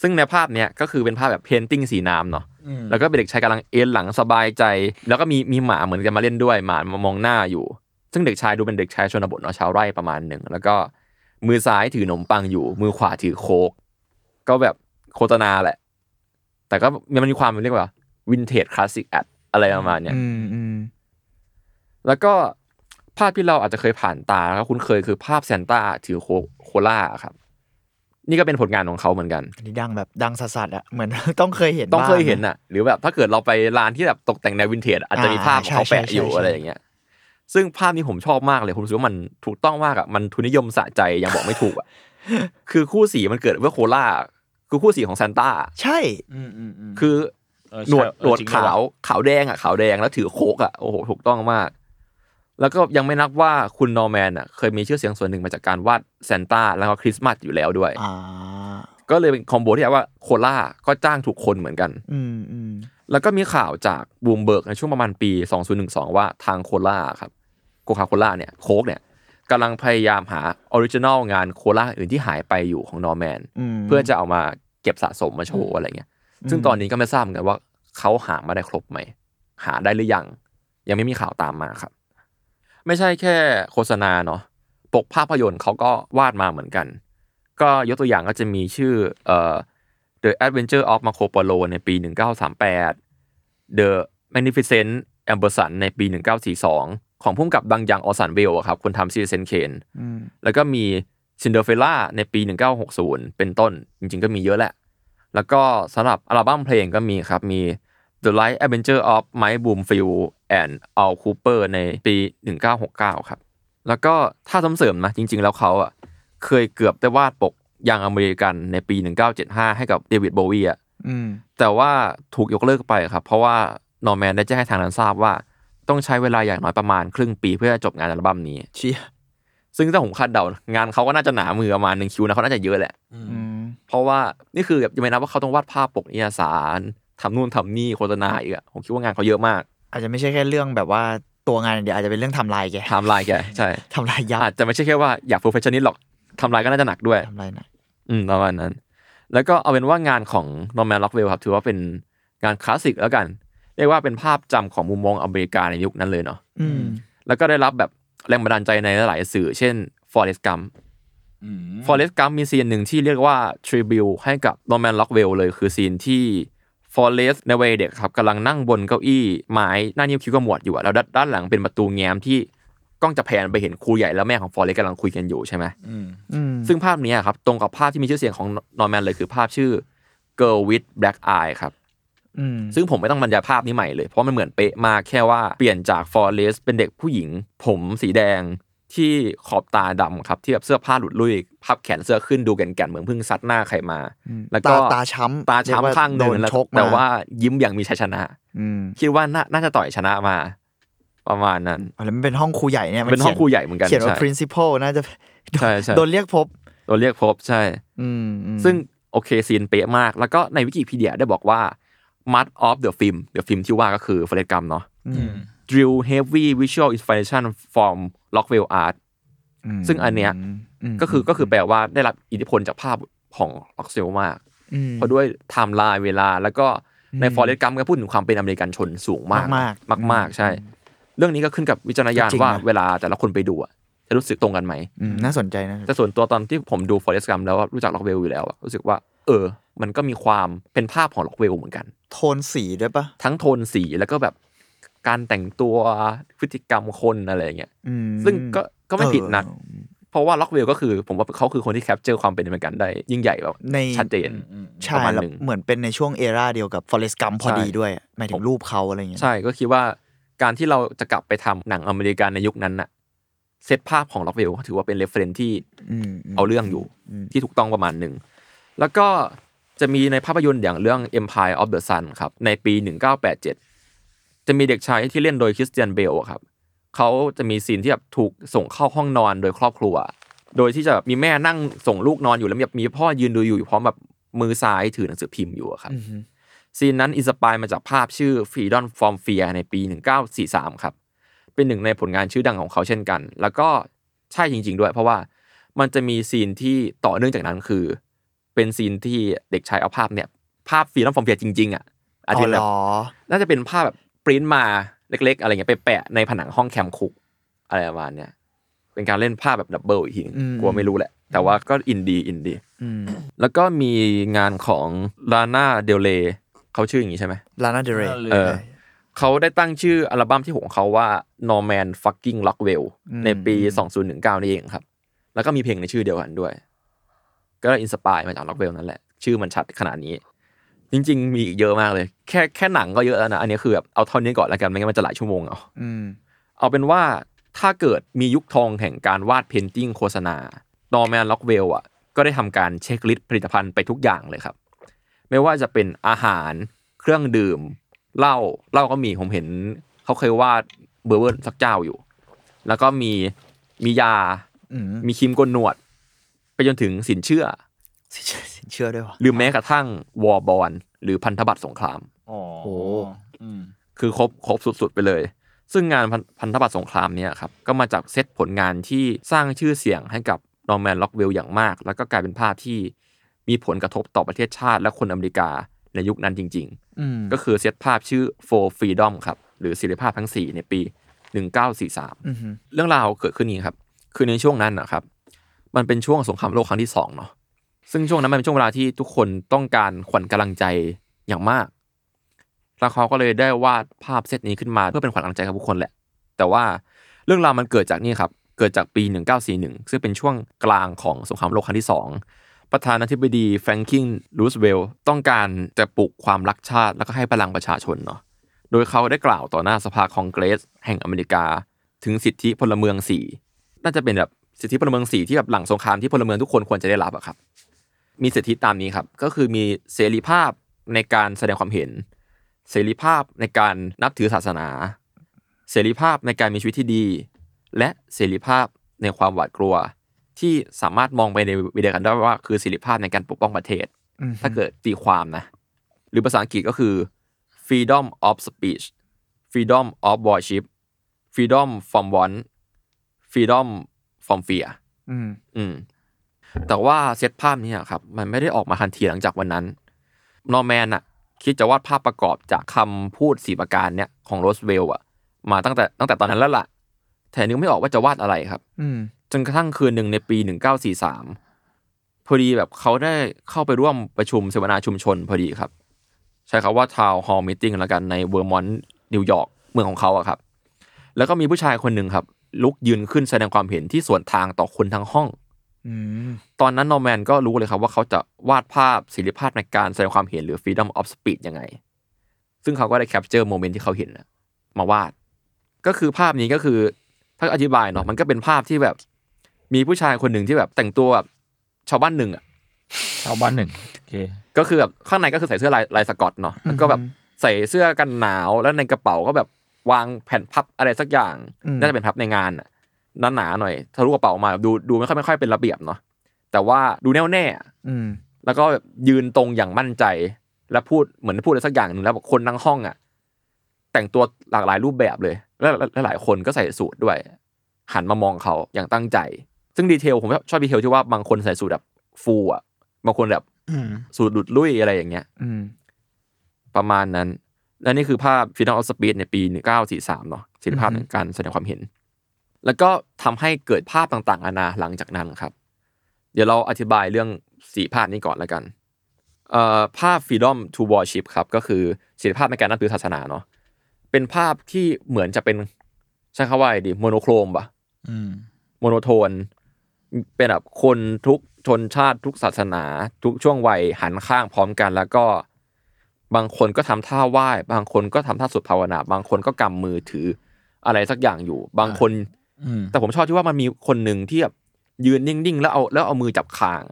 Speaker 3: ซึ่งในภาพเนี้ยก็คือเป็นภาพแบบเพนติ้งสีน้ำเนาะแล้วก็เป็นเด็กชายกำลังเอนหลังสบายใจ แล้วก็มีมีหมาเหมือนกันมาเล่นด้วยหมามามองหน้าอยู่ ซึ่งเด็กชายดูเป็นเด็กชายชนบทเนาะชาวไร่ประมาณหนึ่งแล้วก็มือซ้ายถือขนมปังอยู่ มือขวาถือโคก ก็แบบโฆษณาแหละ แต่ก็มันมีความเรียกว่าวินเทจคลาสสิกแอดอะไรประมาณเนี้ย
Speaker 4: อืมอืม
Speaker 3: แล้วก็ภาพที่เราอาจจะเคยผ่านตาแล้วก็คุ้นเคยคือภาพแซนต้าถือโคโคล่าครับ นี่ก็เป็นผลงานของเขาเหมือนกัน
Speaker 4: อันนี้ดังแบบดังสัสๆอะเหมือน [laughs] ต้องเคยเห็น
Speaker 3: ต้อง
Speaker 4: บ้า
Speaker 3: เคยเห็นอ่ะ หรือแบบถ้าเกิดเราไปร้านที่แบบตกแต่งแนววินเทจอาจจะมีภาพของเขา
Speaker 4: ใช่ใช่
Speaker 3: แปะอยู่
Speaker 4: ใช่
Speaker 3: อะไรอย่างเงี้ย ซึ่งภาพนี้ผมชอบมากเลย ผมรู้สึกว่ามันถูกต้องมากอ่ะ มันทุนนิยมสะใจยังบอกไม่ถูกอ่ะ คือคู่สีมันเกิดเพื่อโคล่าคือคู่สีของซานต้า
Speaker 4: ใช่
Speaker 3: คือ
Speaker 2: เออ
Speaker 3: หนวด
Speaker 2: ใช่เออ
Speaker 3: หนวด
Speaker 2: จริงด้วย
Speaker 3: ขาว ขาวแดงอ่ะขาวแดงแล้วถือโคกอ่ะโอ้โหถูกต้องมาก แล้วก็ยังไม่นับว่าคุณนอร์แมนอ่ะเคยมีชื่อเสียงส่วนหนึ่งมาจากการวาดซานต้าแล้วก็คริสต์มาสอยู่แล้วด้วย
Speaker 4: อ่า
Speaker 3: ก็เลยเป็นคอมโบที่เรียกว่าโคล่าก็จ้างถูกคนเหมือนกัน
Speaker 4: อืมอืม
Speaker 3: แล้วก็มีข่าวจากบูมเบิร์กในช่วงประมาณปี 2012 ว่าทางโคลาครับโคคาโคลาเนี่ยโคกเนี่ยกำลังพยายามหาออริจินอลงานโคลาอื่นที่หายไปอยู่ของนอร์แมน
Speaker 4: อืม
Speaker 3: เพื่อจะเอามาเก็บสะสมมาโชว์อะไรเงี้ย ซึ่ง
Speaker 4: อืม
Speaker 3: ตอนนี้ก็ไม่ทราบเหมือนกันว่าเขาหามาได้ครบไหม หาได้หรือยัง ยังไม่มีข่าวตามมาครับ ไม่ใช่แค่โฆษณาเนาะปกภาพยนตร์เขาก็วาดมาเหมือนกัน ก็ยกตัวอย่างก็จะมีชื่อเอ่อ The Adventure of Marco Polo ในปี 1938 The Magnificent Amberson ในปี 1942 ของพุ่มกับดังยังออสันเวลครับคนทำซีเซนเคน
Speaker 4: อืม
Speaker 3: แล้วก็มีซินเดอเรลล่าในปี 1960 เป็นต้น จริงๆ ก็มีเยอะแหละ แล้วก็สำหรับอัลบั้มเพลงก็มีครับ มี The Life Adventure of Mike Bloomfield and Al Cooper ในปี 1969 ครับ แล้วก็ถ้าสำเสริมนะ จริง ๆ แล้วเขาอ่ะเคยเกือบได้วาดปกยังอเมริกันในปี 1975 ให้กับเดวิดโบวีอ่ะ
Speaker 4: อืม
Speaker 3: แต่ว่าถูกยกเลิกไปครับ เพราะว่านอร์แมนได้แจ้งให้ทางนั้นทราบว่า ต้องใช้เวลาอย่างน้อยประมาณครึ่งปีเพื่อจะจบงานอัลบั้มนี้
Speaker 4: เชีย
Speaker 3: ซึ่งถ้าผมคาดเดางานเขาก็น่าจะหนามือประมาณหนึ่งคิวนะเขาน่าจะเยอะแหละ
Speaker 4: อืม
Speaker 3: เพราะว่านี่คือแบบยังไม่นับว่าเขาต้องวาดภาพปกนิยายสารทำนู่นทำนี่โฆษณาอีกอะผมคิดว่างานเขาเยอะมาก
Speaker 4: อาจจะไม่ใช่แค่เรื่องแบบว่าตัวงานอย่างเดียวอาจจะเป็นเรื่องไทำลายแก
Speaker 3: ไทม์ไลน์แกใช่
Speaker 4: ไท [laughs] ำลายยับ
Speaker 3: อาจจะไม่ใช่แค่ว่าอยาก perfectionist หรอกไทำลายก็น่าจะหนักด้วย
Speaker 4: ไทำลายหนะ
Speaker 3: อืมประมาณนั้น แล้วก็เอาเป็นว่างานของนอร์แมนล็อกเวลครับ ถือว่าเป็นงานคลาสสิกแล้วกัน เรียกว่าเป็นภาพจำของมุมมองอเมริกาในยุคนั้นเลยเนาะ
Speaker 4: อืม
Speaker 3: แล้วก็ได้รับแบบแรงบันดาลใจในหลายๆสื่อ เช่น Forrest Gump ฟอเรสต์กัมมีซีนหนึ่งที่เรียกว่า ทริบิวให้กับโรแมนล็อกเวลเลยคือซีนที่ฟอเรสต์ในวัยเด็กครับกำลังนั่งบนเก้าอี้ไม้หน้านิ้วคิ้วกมวดอยู่อะแล้วด้านด้านหลังเป็นประตูแง้มที่กล้องจะแพนไปเห็นครูใหญ่แล้วแม่ของฟอเรสต์กำลังคุยกันอยู่ใช่ไหม
Speaker 4: อืม
Speaker 3: ซึ่งภาพเนี้ยครับตรงกับภาพที่มีชื่อเสียงของนอร์แมนเลยคือภาพชื่อ Girl with Black Eye ครับ
Speaker 4: อืม
Speaker 3: ซึ่งผมไม่ต้องบรรยายภาพนี้ใหม่เลย เพราะมันเหมือนเป๊ะมากแค่ว่าเปลี่ยนจากฟอเรสเป็นเด็กผู้หญิง ผมสีแดงที่ขอบตาดำครับที่แบบเสื้อผ้าหลุดลุยพับแขนเสื้อขึ้นดูแก่นๆเหมือนเพิ่งซัดหน้าใครมา แล้วก็
Speaker 4: ตาตาช้ำ
Speaker 3: ตา
Speaker 4: เรียกว่
Speaker 3: ช้ำข้างห
Speaker 4: โด
Speaker 3: นึ่ง
Speaker 4: น
Speaker 3: แล้ว
Speaker 4: ชกม
Speaker 3: แต่ว่ายิ้มอย่างมีชัยชนะ
Speaker 4: อืม
Speaker 3: คิดว่าน่าน่าจะต่อยชนะมา ประมาณนั้น
Speaker 4: อ๋อแล้วมันเป็นห้องครูใหญ่เนี่ยมั
Speaker 3: เป็นห้อง
Speaker 4: ขีย
Speaker 3: ครูใหญ่เหมือนกัน
Speaker 4: เขียนว่า
Speaker 3: ใช่
Speaker 4: principal น่าจะ
Speaker 3: ใช่ใช่
Speaker 4: โดนเรียกพบ
Speaker 3: โดนเรียกพบใช่
Speaker 4: อืมอืม
Speaker 3: ซึ่งโอเคซีนเป๊ะมาก แล้วก็ในวิกิพีเดียได้บอกว่า must of the film the film ที่ว่าก็คือเฟรดกัมเนาะ
Speaker 4: อืม
Speaker 3: drill heavy visual inspiration from Rockwell art
Speaker 4: ม
Speaker 3: ซึ่งอันเนี้ย
Speaker 4: ม
Speaker 3: ก็คือก็คือแปลว่าได้รับอิทธิพลจากภาพของล็อกเซลมาก
Speaker 4: อืม
Speaker 3: เพราะด้วยไทม์ไลน์เวลาแล้วก็ใน
Speaker 4: อืม
Speaker 3: ฟอร์เรสกัมก็พูดถึงความเป็นอเมริกันชนสูงมาก
Speaker 4: มากๆ
Speaker 3: มากๆใช่ เรื่องนี้ก็ขึ้นกับวิจารณญาณ
Speaker 4: ก็จริง
Speaker 3: ว่า
Speaker 4: นะ
Speaker 3: เวลาแต่ละคนไปดูอะจะรู้สึกตรงกันไหม
Speaker 4: อืมน่าสนใจนะ
Speaker 3: แต่ส่วนตัวตอนที่ผมดูฟอร์เรสกัมแล้วอะรู้จักล็อกเวลอยู่แล้วอะรู้สึกว่า เออ มันก็มีความเป็นภาพของล็อกเวลเหมือนกัน
Speaker 4: โทนสีด้วยปะ
Speaker 3: ทั้งโทนสีแล้วก็แบบการแต่งตัวพฤติกรรมคนอะไรอย่างเงี้ย
Speaker 4: อืม
Speaker 3: ซึ่งก็ก็ไม่ผิดนะ
Speaker 4: เออ
Speaker 3: เพราะว่าล็อกเวลก็คือผมว่าเขาคือคนที่แคปเจอร์ความเป็นอเมริกันได้ยิ่งใหญ่แบบ
Speaker 4: ใน
Speaker 3: ชัดเจน
Speaker 4: ใช่
Speaker 3: ประมาณ
Speaker 4: แล้ว
Speaker 3: หนึ่ง
Speaker 4: เหมือนเป็นในช่วงเอราเดียวกับฟอเรสกัมพอดี
Speaker 3: ใช่
Speaker 4: ด้วยอะหมายถึงรูปเขาอะไรอย่างเงี้ย
Speaker 3: ใช่ก็คิดว่าการที่เราจะกลับไปทำหนังอเมริกันในยุคนั้นน่ะเซตภาพของล็อกเวลถือว่าเป็นเรฟเฟรนที่
Speaker 4: อืมอืม
Speaker 3: เอาเรื่องอยู่
Speaker 4: อืม
Speaker 3: ที่ถูกต้องประมาณหนึ่ง แล้วก็จะมีในภาพยนตร์อย่างเรื่อง Empire of the Sun ครับ ในปี 1987 จะมีเด็กชายที่เล่นโดยคริสเตียนเบลอะครับเขาจะมีซีนที่แบบถูกส่งเข้าห้องนอนโดยครอบครัว โดยที่จะแบบมีแม่นั่งส่งลูกนอนอยู่แล้วแบบมีพ่อยืนดูอยู่พร้อมแบบมือซ้ายถือหนังสือพิมพ์อยู่อะครับ
Speaker 4: อือฮึ
Speaker 3: ซีนนั้นอินสปายมาจากภาพชื่อ Freedom from Fear ในปี 1943 ครับ เป็นหนึ่งในผลงานชื่อดังของเขาเช่นกัน แล้วก็ใช่จริง ๆ ด้วย เพราะว่ามันจะมีซีนที่ต่อเนื่องจากนั้นคือ เป็นซีนที่เด็กชายเอาภาพเนี่ย ภาพ Freedom from Fear จริง ๆ อ่ะอาจ
Speaker 4: อ๋
Speaker 3: จะเป็
Speaker 4: อ
Speaker 3: นแบ
Speaker 4: เหร
Speaker 3: บ
Speaker 4: อ
Speaker 3: น่าจะเป็นภาพแบบปริ้นมาเล็ก ๆ อะไรเงี้ยไปแปะในผนังห้องแคมป์คุกอะไรประมาณเนี่ยเป็นการเล่นภาพแบบดับเบิลอีกทีหนึ่งกลัวไม่รู้แหละ แต่ว่าก็อินดีอินดี
Speaker 4: อืม
Speaker 3: แล้วก็มีงานของลาน่าเดลเลเขาชื่ออย่างนี้ใช่ไหม
Speaker 4: ลานาเดเรย์
Speaker 3: เออเขาได้ตั้งชื่ออัลบั้มที่หกของเขาว่า Norman Fucking Rockwell
Speaker 4: อืม
Speaker 3: ในปี 2019 นี่เองครับ แล้วก็มีเพลงในชื่อเดียวกันด้วย ก็ ก็อินสปายมาจากล็อกเวลนั่นแหละ ชื่อมันชัดขนาดนี้ จริง ๆ มีอีกเยอะมากเลย แค่แค่หนังก็เยอะแล้วนะ อันนี้คือแบบเอาเท่านี้ก่อนแล้วกันไม่งั้นมันจะหลายชั่วโมงเอา
Speaker 4: อืม
Speaker 3: เอาเป็นว่าถ้าเกิดมียุคทองแห่งการวาดเพนติ้งโฆษณาดอแมนล็อกเวลอ่ะ ก็ได้ทำการเช็คลิสต์ผลิตภัณฑ์ไปทุกอย่างเลยครับ ไม่ว่าจะเป็นอาหารเครื่องดื่มเหล้าเหล้าก็มีผมเห็น เขาเคยวาดเบอร์เบิร์นสักเจ้าอยู่ แล้วก็มีมียา
Speaker 4: อืม
Speaker 3: มีครีมโกนหนวด ไปจนถึงสินเชื่อ
Speaker 4: สินเชื่อสินเชื่อด้วยวะ
Speaker 3: หรือแม้กระทั่งวอร์บอลหรือพันธบัตรสงคราม
Speaker 2: อ๋อ
Speaker 4: โอ้
Speaker 2: โห
Speaker 4: โห
Speaker 3: คือครบครบสุด ๆ ไปเลย ซึ่งงานพันพันธบัตรสงครามเนี่ยครับ ก็มาจากเซตผลงานที่สร้างชื่อเสียงให้กับนอร์แมนล็อกเวลอย่างมาก แล้วก็กลายเป็นภาพที่มีผลกระทบต่อประเทศชาติและคนอเมริกาในยุคนั้นจริง
Speaker 4: อืม
Speaker 3: ๆ ก็คือเซตภาพชื่อ For Freedom ครับหรือศิลปภาพทั้ง 4 ในปี 1943
Speaker 4: อืมฮึ
Speaker 3: เรื่องราวเกิดขึ้นนี้ครับ คือในช่วงนั้นนะครับ มันเป็นช่วงสงครามโลกครั้งที่สองเนาะ ซึ่งช่วงนั้นมันเป็นช่วงเวลาที่ทุกคนต้องการขวัญกำลังใจอย่างมาก แล้วเขาก็เลยได้วาดภาพเซตนี้ขึ้นมาเพื่อเป็นขวัญกำลังใจกับทุกคนแหละ แต่ว่าเรื่องราวมันเกิดจากนี่ครับ เกิดจากปี 1941 ซึ่งเป็นช่วงกลางของสงครามโลกครั้งที่สองประธานาธิบดีแฟรงคลินรูสเวลต์ต้องการจะปลุกความรักชาติแล้วก็ให้พลังประชาชนเนาะ โดยเขาได้กล่าวต่อหน้าสภาคองเกรส แห่งอเมริกา ถึงสิทธิพลเมืองสี่น่าจะเป็นแบบสิทธิพลเมืองสี่ที่แบบหลังสงครามที่พลเมืองทุกคนควรจะได้รับอะครับ มีสิทธิตามนี้ครับ ก็คือมีเสรีภาพในการแสดงความเห็น เสรีภาพในการนับถือศาสนา เสรีภาพในการมีชีวิตที่ดี และเสรีภาพในความหวาดกลัว ที่สามารถมองไปในวิดีโอกันได้ว่าคือเสรีภาพในการปกป้องประเทศ
Speaker 4: อืมฮึ
Speaker 3: ถ้าเกิดตีความนะ หรือภาษาอังกฤษก็คือ freedom of speech freedom of worship freedom from want freedom from fear
Speaker 4: อืม
Speaker 3: อืม แต่ว่าเซตภาพเนี้ครับ มันไม่ได้ออกมาทันทีหลังจากวันนั้น นอร์แมนอะคิดจะวาดภาพประกอบจากคำพูดสีประการเนี้ยของโรสเวลล์อะมาตั้งแต่ตั้งแต่ตอนนั้นแล้วล่ะ แต่นึกไม่ออกว่าจะวาดอะไรครับ
Speaker 4: อืม
Speaker 3: จนกระทั่งคืนหนึ่งในปี 1943 พอดีแบบเขาได้เข้าไปร่วมประชุมเสวนาชุมชนพอดีครับ ใช้คำว่าทาวน์ฮอลล์มิทติ้งแล้วกันในเวอร์มอนต์นิวยอร์กเมืองของเขาอะครับ แล้วก็มีผู้ชายคนหนึ่งครับ ลุกยืนขึ้นแสดงความเห็นที่สวนทางต่อคนทั้งห้อง
Speaker 4: อืม
Speaker 3: ตอนนั้นนอร์แมนก็รู้เลยครับว่าเขาจะวาดภาพศิลปภาพในการแสดงความเห็นหรือ Freedom of Speech ยังไง ซึ่งเขาก็ได้แคปเจอร์โมเมนต์ที่เขาเห็นน่ะมาวาด ก็คือภาพนี้ก็คือถ้าอธิบายเนาะมันก็เป็นภาพที่แบบ มีผู้ชายคนหนึ่งที่แบบแต่งตัวแบบชาวบ้านหนึ่งอ่ะ
Speaker 2: ชาวบ้านหนึ่งโอเค
Speaker 3: ก็คือแบบข้างในก็คือใส่เสื้อลายลายสกอตเนาะแล้วก็แบบใส่เสื้อกันหนาวแล้วในกระเป๋าก็แบบวางแผ่นพับอะไรสักอย่างน่าจะเป็นพับในงานน่ะหนาๆหน่อยทะลุกระเป๋าออกมาดูดูไม่ค่อยไม่ค่อยเป็นระเบียบเนาะแต่ว่าดูแน่วแน่อะ
Speaker 4: อืม
Speaker 3: แล้วก็แบบยืนตรงอย่างมั่นใจ แล้วพูดเหมือนพูดอะไรสักอย่างหนึ่งแล้วบอกคนทั้งห้องอ่ะ แต่งตัวหลากหลายรูปแบบเลย แล้วและหลายคนก็ใส่สูทด้วย หันมามองเขาอย่างตั้งใจ ซึ่งดีเทลผมชอบดีเทลที่ว่าบางคนใส่สูทแบบฟูอ่ะบางคนแบบ
Speaker 4: อืม
Speaker 3: สูทหลุดลุ่ยอะไรอย่างเงี้ย
Speaker 4: อืม
Speaker 3: ประมาณนั้น และนี่คือภาพ f i n a l of Speed ในปี 1943 เนาะศิลปภาพ
Speaker 4: อือฮึ
Speaker 3: ในการแสดงความเห็น แล้วก็ทำให้เกิดภาพต่างๆนานาหลังจากนั้นครับ เดี๋ยวเราอธิบายเรื่องสีภาพนี้ก่อนแล้วกันเอ่อภาพ Freedom to Worship ครับ ก็คือศิลปภาพในการนับถือศาสนาเนาะ เป็นภาพที่เหมือนจะเป็นใช้คำว่าอะไรดีโมโนโครมปะ
Speaker 4: อืม
Speaker 3: โมโนโทน เป็นแบบคนทุกชนชาติทุกศาสนา ทุกช่วงวัยหันข้างพร้อมกัน แล้วก็บางคนก็ทำท่าไหว้ บางคนก็ทำท่าสวดภาวนา บางคนก็กำมือถืออะไรสักอย่างอยู่ บางคน
Speaker 4: อืม
Speaker 3: แต่ผมชอบที่ว่ามันมีคนหนึ่งที่แบบยืนนิ่งๆ แล้วเอาแล้วเอามือจับคาง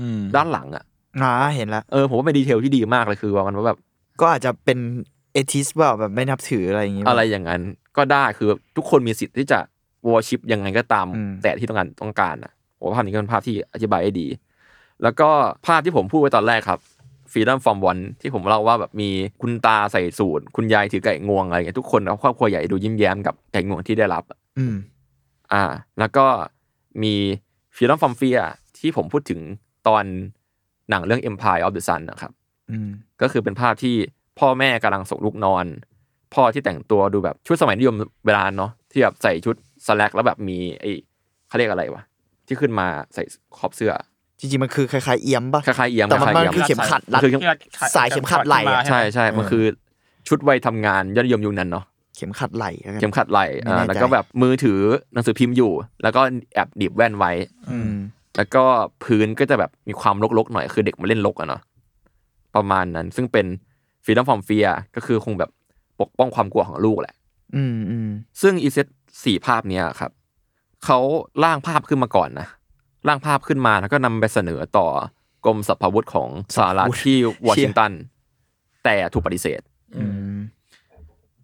Speaker 4: อืม
Speaker 3: ด้านหลังอ่ะ
Speaker 4: อ่าเห็นละ
Speaker 3: เออผมว่าเป็นดีเทลที่ดีมากเลยคือว่ามันว่าแบบ
Speaker 4: ก็อาจจะเป็นเอทิสเปล่าแบบไม่นับถืออะไรอย่างงี้
Speaker 3: อะไรอย่างนั้นก็ได้คือทุกคนมีสิทธิ์ที่จะวอชิปยังไงก็ตาม
Speaker 4: อืม
Speaker 3: แต่ที่ต้องการต้องการอ่ะผมว่าภาพนี้ก็เป็นภาพที่อธิบายได้ดี แล้วก็ภาพที่ผมพูดไว้ตอนแรกครับ Freedom from One ที่ผมเล่าว่าแบบมีคุณตาใส่สูทคุณยายถือไก่งวงอะไรอย่างเงี้ยทุกคนแล้วครอบครัวใหญ่ดูยิ้มแย้มกับไก่งวงที่ได้รับ
Speaker 4: อืม
Speaker 3: อ่า แล้วก็มี Freedom from Fear ที่ผมพูดถึงตอนหนังเรื่อง Empire of the Sun นะครับ
Speaker 4: อืม
Speaker 3: ก็คือเป็นภาพที่พ่อแม่กำลังส่งลูกนอน พ่อที่แต่งตัวดูแบบชุดสมัยนิยมเวลาเนาะที่แบบใส่ชุดสแลกแล้วแบบมีไอ้เขาเรียกอะไรวะที่ขึ้นมาใส่ขอบเสื้อ
Speaker 4: จริงๆ มันคือคล้ายๆเอียมป่ะ
Speaker 3: คล้ายๆเอียม
Speaker 4: แต่มั
Speaker 3: ค
Speaker 4: น
Speaker 3: ล้ายๆเอียม
Speaker 4: มันคือเข็มขัดรัด
Speaker 3: มันคือเข็ม
Speaker 4: สายเข็มขัดไหล่อะ
Speaker 3: ใช่ใช่มันคือชุดวัยทำงานยอดนิยมยุคนั้นเนาะ
Speaker 4: เข็มขัดไหลแล้วกัน
Speaker 3: เข็มขัดไหล่
Speaker 4: ไม่
Speaker 3: อ่า
Speaker 4: แน่ใจ
Speaker 3: แล้วก็แบบมือถือหนังสือพิมพ์อยู่ แล้วก็แอบดีบแว่นไว้
Speaker 4: อืม
Speaker 3: แล้วก็พื้นก็จะแบบมีความรกๆหน่อยคือเด็กมาเล่นรกอะเนาะประมาณนั้นซึ่งเป็นฟีดอมฟอมเฟียก็คือคงแบบปกป้องความกลัวของลูกแหละ
Speaker 4: อืมอืม
Speaker 3: ซึ่งอีเซตสี่ภาพเนี้ยครับเขาร่างภาพขึ้นมาก่อนนะร่างภาพขึ้นมาแล้วก็นำไปเสนอต่อกรมสรรพาวุธของสหรัฐที่วอชิงตัน แต่ถูกปฏิเสธ
Speaker 4: อืม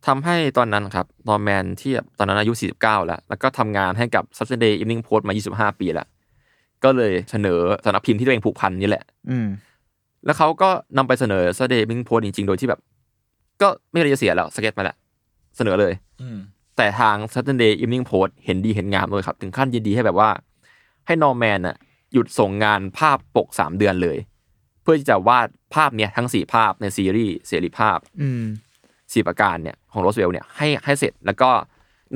Speaker 3: ทำให้ตอนนั้นครับนอร์แมนที่ตอนนั้นอายุ 49 แล้ว แล้วก็ทำงานให้กับ Saturday Evening Post มา 25 ปีแล้ว ก็เลยเสนอสำนักพิมพ์ที่ตัวเองผูกพันนี่แหละ
Speaker 4: อืม
Speaker 3: แล้วเขาก็นำไปเสนอ Saturday Evening Post จริง ๆ โดยที่แบบ ก็ไม่มีอะไรจะเสียแล้วสเก็ตมาแล้ว เสนอเลย
Speaker 2: อืม
Speaker 3: แต่ทาง Saturday Evening Post เห็นดีเห็นงามเลยครับ ถึงขั้นยินดีให้แบบว่า ให้นอร์แมนน่ะหยุดส่งงานภาพปก 3 เดือนเลย เพื่อที่จะวาดภาพเนี่ยทั้งสี่ภาพในซีรีส์เสรีภาพ
Speaker 4: อืม
Speaker 3: สี่ประการเนี่ยของโรสเวลเนี่ยให้ให้เสร็จแล้วก็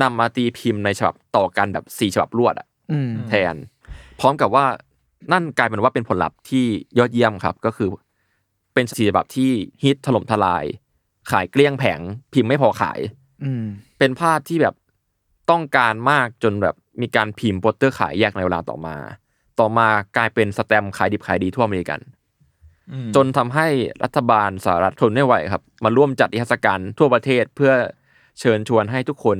Speaker 3: นำมาตีพิมพ์ในฉบับต่อกันแบบสี่ฉบับรวดอะ
Speaker 4: อืม
Speaker 3: แทน พร้อมกับว่านั่นกลายเป็นว่าเป็นผลลัพธ์ที่ยอดเยี่ยมครับ ก็คือเป็นสี่ฉบับที่ฮิตถล่มทลาย ขายเกลี้ยงแผงพิมพ์ไม่พอขาย
Speaker 4: อืม
Speaker 3: เป็นภาพที่แบบต้องการมากจนแบบมีการพิมพ์โปสเตอร์ขายแยกในเวลาต่อมา ต่อมากลายเป็นสแตมป์ขายดิบขายดีทั่วอเมริกัน
Speaker 2: อืม
Speaker 3: จนทำให้รัฐบาลสหรัฐทนไม่ไหวครับ มาร่วมจัดนิทรรศการทั่วประเทศเพื่อเชิญชวนให้ทุกคน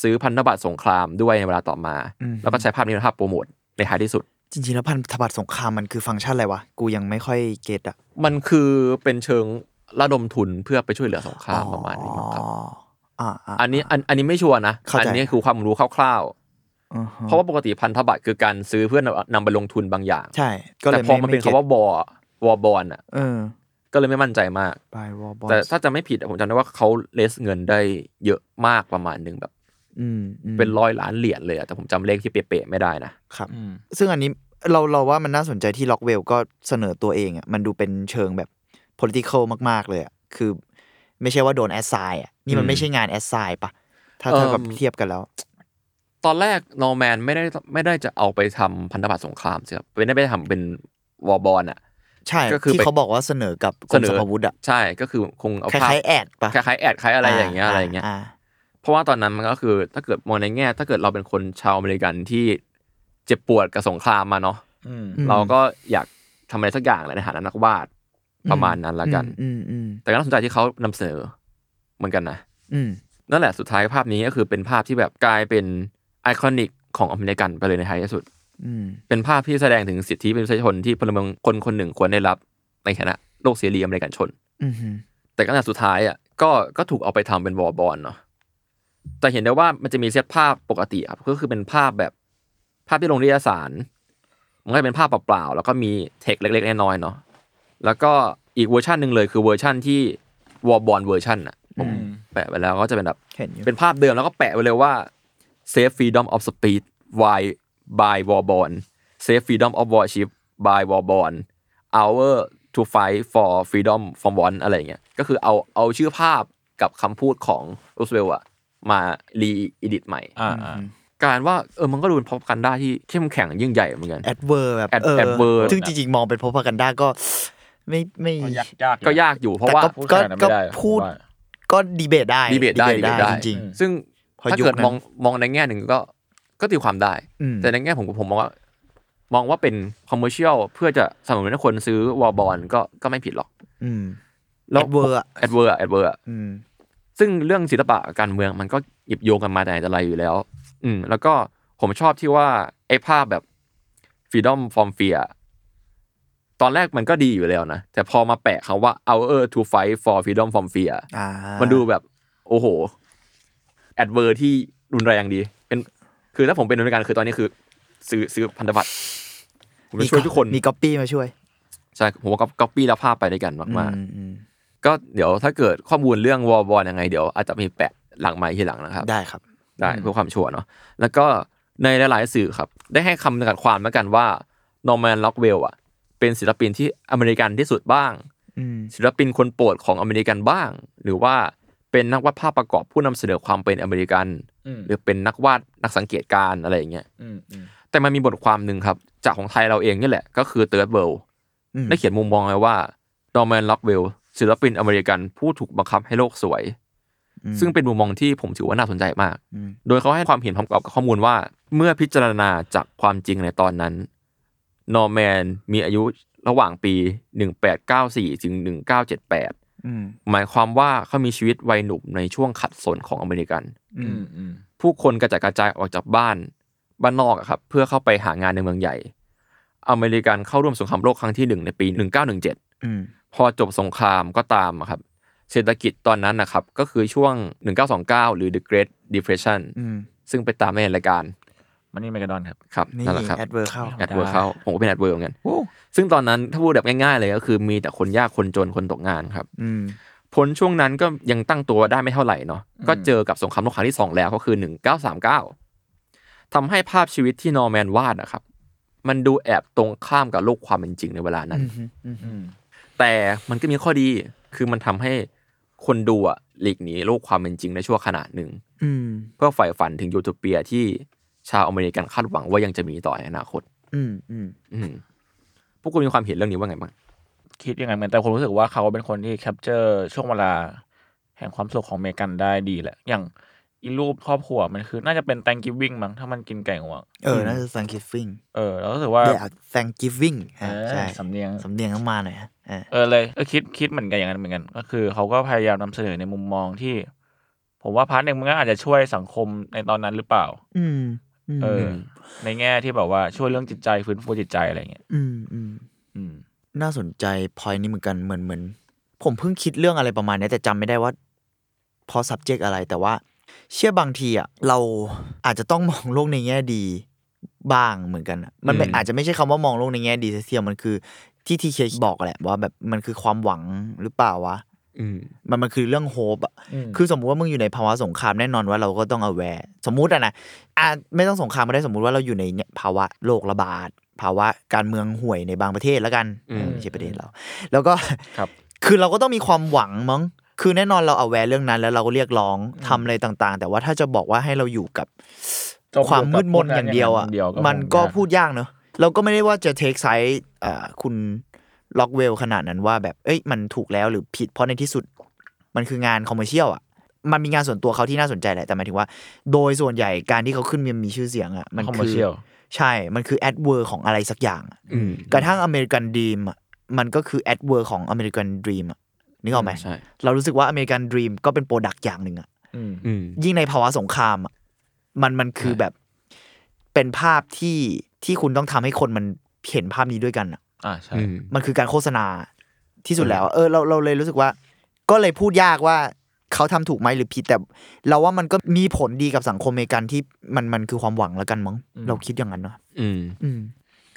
Speaker 3: ซื้อพันธบัตรสงครามด้วยในเวลาต่อมา แล้วก็ใช้ภาพนี้เป็นภาพโปรโมทในท้ายที่สุด
Speaker 4: จริงๆแล้วพันธบัตรสงครามมันคือฟังก์ชันอะไรวะ กูยังไม่ค่อยเก็ตอ่ะ
Speaker 3: มันคือเป็นเชิงระดมทุนเพื่อไปช่วยเหลือสงครามประมาณนี้มั้งครับ
Speaker 4: อ๋ออ่าอ่า
Speaker 3: อันนี้อันอันนี้ไม่ชัวร์นะ
Speaker 4: เข้าใจ
Speaker 3: อันี้คือความรู้คร่าว
Speaker 4: อือ
Speaker 3: ๆ
Speaker 4: ฮะ
Speaker 3: เพราะว่าปกติพันธบัตรคือการซื้อเพื่อนำนำไปลงทุนบางอย่าง
Speaker 4: ใช่ ก็เล
Speaker 3: แต่
Speaker 4: ย
Speaker 3: พอมันเป็น
Speaker 4: ไไก็ต
Speaker 3: คำว่าบอวอบอลอ่ะ
Speaker 4: เออ
Speaker 3: ก็เลยไม่มั่นใจมาก
Speaker 4: บายวอลบอล
Speaker 3: แต่ถ้าจะไม่ผิดอะผมจำได้ว่าเขาเลสเงินได้เยอะมากประมาณหนึ่งแบบ
Speaker 4: อืมอืม
Speaker 3: เป็นร้อยล้านเหรียญเลยอะแต่ผมจำเลขที่เป๊ะๆไม่ได้นะครับ
Speaker 2: อืม
Speaker 4: ซึ่งอันนี้เราเราว่ามันน่าสนใจที่ล็อกเวลก็เสนอตัวเองอ่ะมันดูเป็นเชิงแบบ political มาก ๆ เลยอ่ะคือไม่ใช่ว่าโดนแอสไซน์อ่ะนี่มันไม่ใช่งานแอสไซน์ปะถ้าถ้ากับเทียบกันแล้ว
Speaker 3: ตอนแรกนอร์แมนไม่ได้ไม่ได้จะเอาไปทำพันธบัตรสงครามใช่ครับไม่ได้ไปทำเป็นวอร์บอลอ่ะ
Speaker 4: ใช่
Speaker 3: ก็คือ
Speaker 4: ที่
Speaker 3: ไป
Speaker 4: เขาบอกว่าเสนอกับกรมสรรพาวุธอ่ะ
Speaker 3: ใช่ก็คือคงเอา
Speaker 4: คล้ายๆแอดปะ
Speaker 3: คล้ายๆแอดคล้ายอะไรอย่างเงี้ยอะไรอย่างเงี้ย
Speaker 4: า
Speaker 3: เพราะว่าตอนนั้นมันก็คือถ้าเกิดมองในแง่ ถ้าเกิดเราเป็นคนชาวอเมริกันที่เจ็บปวดกับสงครามมาเนาะ
Speaker 2: อืม
Speaker 4: อืม
Speaker 3: เราก็อยากทำอะไรสักอย่างแหละในฐานะนักวาดประมาณนั้นละกัน
Speaker 4: อืมอืม
Speaker 3: แต่ก็น่าสนใจที่เขานำเสนอเหมือนกันนะ
Speaker 4: อืม
Speaker 3: นั่นแหละสุดท้ายภาพนี้ก็คือเป็นภาพที่แบบกลายเป็นไอคอนิกของอเมริกันไปเลยในท้ายที่สุด
Speaker 4: อืม
Speaker 3: เป็นภาพที่แสดงถึงสิทธิมนุษยชนที่พลเมืองคนคนหนึ่งควรได้รับในฐานะโลกเสรีอเมริกันชน
Speaker 4: อืมอืม
Speaker 3: แต่ขณะสุดท้ายอ่ะก็ก็ถูกเอาไปทำเป็นวอร์บอลเนาะแต่เห็นได้ว่ามันจะมีเซตภาพปกติครับก็คือเป็นภาพแบบภาพที่ลงนิตยสาร มันก็จะเป็นภาพเปล่าๆ แล้วก็มีเทคเล็กๆ น้อยๆเนาะแล้วก็อีกเวอร์ชันหนึ่งเลยคือเวอร์ชันที่วอร์บอลเวอร์ชันอ่ะผมแปะไปแล้วก็จะเป็นแบบ
Speaker 4: เห็นอยู่
Speaker 3: เป็นภาพเดิมแล้วก็แปะไว้เลยว่า Safe Freedom of Speech by by Warborn Safe Freedom of Warship by Warborn Our to fight for freedom from war อะไรอย่างเงี้ยก็คือเอาเอาชื่อภาพกับคำพูดของรูสเวลล์อะมารีอิดิทใหม่
Speaker 2: อ่าอ่า
Speaker 3: การว่าเออมันก็ดูเป็นพบกันได้ที่เข้มแข็งยิ่งใหญ่เหมือนกัน
Speaker 4: แอดเวอร์แบบ
Speaker 3: แอดแอดเวอร์
Speaker 4: ซึ่งจริงๆ มองเป็นพบกันด้าก็ไม่ไม่
Speaker 2: ก็ยากยาก
Speaker 3: ก็ยากอยู่เพราะ
Speaker 4: แต่
Speaker 3: ว่า
Speaker 4: ก็
Speaker 2: พูดข
Speaker 4: ก็
Speaker 2: นาดนั้นไม่ได้
Speaker 4: ก็พูด
Speaker 2: ผมว่า
Speaker 4: ก็ดีเบตได้
Speaker 3: debate ได้ debate ได้
Speaker 4: จริง
Speaker 3: ซึ่ง
Speaker 4: พอ
Speaker 3: ถ้า
Speaker 4: ยุค
Speaker 3: เกิด
Speaker 4: นั้น
Speaker 3: มองมองในแง่หนึ่งก็ก็ตีความได้
Speaker 4: อืม
Speaker 3: แต่ในแง่ผมผมมองว่า มองว่าเป็นคอมเมอร์เชียลเพื่อจะสนับสนุนให้คนซื้อวอลบอลก็ก็ไม่ผิดหรอก
Speaker 4: ๆอืม
Speaker 3: แล้ว
Speaker 4: Adverb อะ
Speaker 3: แอดเวอร์แอดเวอร์
Speaker 4: อืม
Speaker 3: ซึ่งเรื่องศิลปะการเมืองมันก็หยิบโยงกันมาแต่ไหนแต่ไรอยู่แล้ว อืม แล้วก็ผมชอบที่ว่า ไอ้ภาพแบบ freedom from fear ตอนแรกมันก็ดีอยู่แล้วนะ แต่พอมาแปะคำว่า our to fight for freedom from fear
Speaker 4: อ่ามั
Speaker 3: มันดูแบบ โอ้โห แอดเวอร์ที่รุนแรงดี เป็นคือถ้าผมเป็นอเมริกันคือตอนนี้คือ ซื้อซื้อพันธบัตรผมจะช่วยทุกคน
Speaker 4: มีก๊อปปี้มาช่วย
Speaker 3: ใช่ ผมว่าก็ก๊อปปี้และภาพไปด้วยกันมาก
Speaker 4: อืมอืม
Speaker 3: ๆ ก็เดี๋ยวถ้าเกิดข้อมูลเรื่องวอลบอลยังไงเดี๋ยวอาจจะมีแปะหลังไม้ทีหลังนะครับ
Speaker 4: ได้ครับ
Speaker 3: ได้เพื่อความชัวร์เนาะแล้วก็ในหลาย ๆ สื่อครับ ได้ให้คำจำกัดความแล้วกันว่านอร์แมนล็อกเวลอ่ะ เป็นศิลปินที่อเมริกันที่สุดบ้าง
Speaker 4: อืม
Speaker 3: ศิลปินคนโปรดของอเมริกันบ้าง หรือว่าเป็นนักวาดภาพประกอบผู้นำเสนอความเป็นอเมริกัน
Speaker 2: อืม
Speaker 3: หรือเป็นนักวาดนักสังเกตการณ์อะไรอย่างเงี้ย
Speaker 2: อืมอืม
Speaker 3: แต่มันมีบทความหนึ่งครับ จากของไทยเราเองนี่แหละ ก็คือเติร์ดเวล
Speaker 4: อืม
Speaker 3: ได้เขียนมุมมองไว้ว่าดอมแมนล็อกเวลศิลปินอเมริกันผู้ถูกบังคับให้โลกสวย ซึ่งเป็นมุมมองที่ผมถือว่าน่าสนใจมาก
Speaker 4: อืม
Speaker 3: โดยเขาให้ความเห็นพร้อมกับข้อมูลว่า เมื่อพิจารณาจากความจริงในตอนนั้น นอร์แมนมีอายุระหว่างปี 1894 ถึง 1978
Speaker 4: อืม
Speaker 3: หมายความว่าเขามีชีวิตวัยหนุ่มในช่วงขัดสนของอเมริกัน
Speaker 4: อื
Speaker 2: อื
Speaker 4: ม
Speaker 2: มอืม
Speaker 3: ผู้คนกระจัดกระจายออกจากบ้านบ้านนอกอะครับ เพื่อเข้าไปหางานในเมืองใหญ่ อเมริกันเข้าร่วมสงครามโลกครั้งที่หนึ่งในปี 1917
Speaker 4: อืม
Speaker 3: พอจบสงครามก็ตามอะครับ เศรษฐกิจตอนนั้นนะครับ ก็คือช่วง 1929 หรือ The Great Depression
Speaker 4: อืม
Speaker 3: ซึ่งไปตามในรายการ
Speaker 2: มันนี่แมกกาดอนครับ
Speaker 3: ครับ
Speaker 4: นี่
Speaker 3: นั่นแหละครับ
Speaker 4: แอดเวอร์เข้า
Speaker 3: แอดเวิร์ดเข้าผมก็เป็นแอดเวิร์ดเหมือนกัน
Speaker 2: โอ้
Speaker 3: ซึ่งตอนนั้นถ้าพูดแบบง่ายๆเลยก็คือมีแต่คนยากคนจนคนตกงานครับ
Speaker 4: อืม
Speaker 3: ผลช่วงนั้นก็ยังตั้งตัวได้ไม่เท่าไหร่เนาะก็เจอกับสงครามโลกครั้งที่สองแล้วก็คือ 1939ทำให้ภาพชีวิตที่นอร์แมนวาดนะครับ มันดูแอบตรงข้ามกับโลกความเป็นจริงในเวลานั้น
Speaker 4: อืม
Speaker 2: อืม
Speaker 3: แต่มันก็มีข้อดีคือมันทำให้คนดูอะหลีกหนีโลกความเป็นจริงในชั่วขณะหนึ่ง
Speaker 4: อืม
Speaker 3: เพื่อใฝ่ฝันถึงยูโทเปียที่ชาวอเมริกันคาดหวังว่ายังจะมีต่อในอนาคต
Speaker 4: อืมอืม
Speaker 3: อืมพวกคุณมีความเห็นเรื่องนี้ว่าไงบ้าง
Speaker 2: คิดยังไงเหมือนแต่ผมรู้สึกว่าเขาเป็นคนที่แคปเจอร์ช่วงเวลา แห่งความสุขของอเมริกันได้ดีแหละ อย่างอีรูปครอบครัวมันคือน่าจะเป็น Thanksgiving มั้งถ้ามันกินไก่งวง
Speaker 4: เออน่าจะ Thanksgiving
Speaker 2: เออเรารู้สึกว่า
Speaker 4: เดี๋ยว Thanksgiving
Speaker 2: เอ
Speaker 4: อ่ะ
Speaker 2: อ
Speaker 4: ใช่
Speaker 2: สำเนียง
Speaker 4: สำเนียงต้องมาหน่อยฮะอ่ะ
Speaker 2: เออเลยเออคิดคิดเหมือนกันอย่างนั้นเหมือนกัน ก็คือเขาก็พยายามนำเสนอในมุมมองที่ ผมว่าพาร์ทหนึ่งมันก็อาจจะช่วยสังคมในตอนนั้นหรือเปล่า
Speaker 4: อืมอืม
Speaker 2: เออ ในแง่ที่แบบว่าช่วยเรื่องจิตใจฟื้นฟูจิตใจอะไรเงี้ย
Speaker 4: อืมอืม
Speaker 2: อืม
Speaker 4: น่าสนใจพอยนี้เหมือนกันเหมือนเหมือน ผมเพิ่งคิดเรื่องอะไรประมาณเนี้ยแต่จำไม่ได้ว่า พอ subject อะไรแต่ว่า เชื่อบางทีอ่ะเราอาจจะต้องมองโลกในแง่ดีบ้างเหมือนกันอะมันเป็น
Speaker 3: อืม
Speaker 4: อาจจะไม่ใช่คำว่ามองโลกในแง่ดีซะเสียมันคือที่ทีเคบอกแหละว่าแบบมันคือความหวังหรือเปล่าวะ
Speaker 3: อืม
Speaker 4: มันมันคือเรื่องโฮปอะ
Speaker 2: อืม
Speaker 4: คือสมมุติว่ามึงอยู่ในภาวะสงครามแน่นอนว่าเราก็ต้อง a แวร์สมมุติอะนะอ่ะไม่ต้องสงครามก็ได้สมมุติว่าเราอยู่ในเนี่ยภาวะโรคระบาด ภาวะการเมืองห่วยในบางประเทศแล้วกัน
Speaker 3: อืม
Speaker 4: เออไม่ใช่ประเทศเรา แล้วก็
Speaker 2: ครับ
Speaker 4: คือเราก็ต้องมีความหวังมั้ง คือแน่นอนเรา a แวร์เรื่องนั้นแล้วเราก็เรียกร้องทำอะไรต่างๆ แต่ว่าถ้าจะบอกว่าให้เราอยู่กับ
Speaker 2: จมอยู่กับ
Speaker 4: ความมืดมนอย่างเดียวอ่ะ
Speaker 2: พวกนั้นอย่างเดียวก็
Speaker 4: มันก็
Speaker 2: คงยาก
Speaker 4: พูดยากเนอะเราก็ไม่ได้ว่าจะเทคไซส์คุณล็อกเวลขนาดนั้นว่าแบบ เอ้ย มันถูกแล้วหรือผิด เพราะในที่สุด มันคืองานคอมเมอร์เชียลอ่ะ มันมีงานส่วนตัวเขาที่น่าสนใจแหละ แต่หมายถึงว่า โดยส่วนใหญ่การที่เขาขึ้นมีมีชื่อเสียงอ่ะ มัน
Speaker 2: คอมเมอร์
Speaker 4: คือ
Speaker 2: เชียล
Speaker 4: ใช่ มันคือแอดเวอร์ของอะไรสักอย่างอะ
Speaker 3: อืม
Speaker 4: กระทั่งอเมริกันดีมมันก็คือแอดเวอร์ของอเมริกันด e ีมอะนึกออกไหม
Speaker 3: ใช่
Speaker 4: เรารู้สึกว่าอเมริกันด e ีมก็เป็นโปรดักต์อย่างหนึ่งอ่ะ
Speaker 2: อืม
Speaker 3: อืม
Speaker 4: ยิ่งในภาวะสงครามอะมันมันคือ
Speaker 3: ใช่
Speaker 4: แบบเป็นภาพที่ที่คุณต้องทำให้คนมันเห็นภาพนี้ด้วยกันอะ
Speaker 2: อ่าใช่
Speaker 3: อืม
Speaker 4: มันคือการโฆษณาที่สุดแล้วอะเออเราเราเลยรู้สึกว่า ก็เลยพูดยากว่าเขาทำถูกไหมหรือผิดแต่ เราว่ามันก็มีผลดีกับสังคมอเมริกันที่มันมันคือความหวังแล้วกันมั้ง
Speaker 2: อืม
Speaker 4: เราคิดอย่างนั้นเนาะ
Speaker 3: อืม
Speaker 4: อืม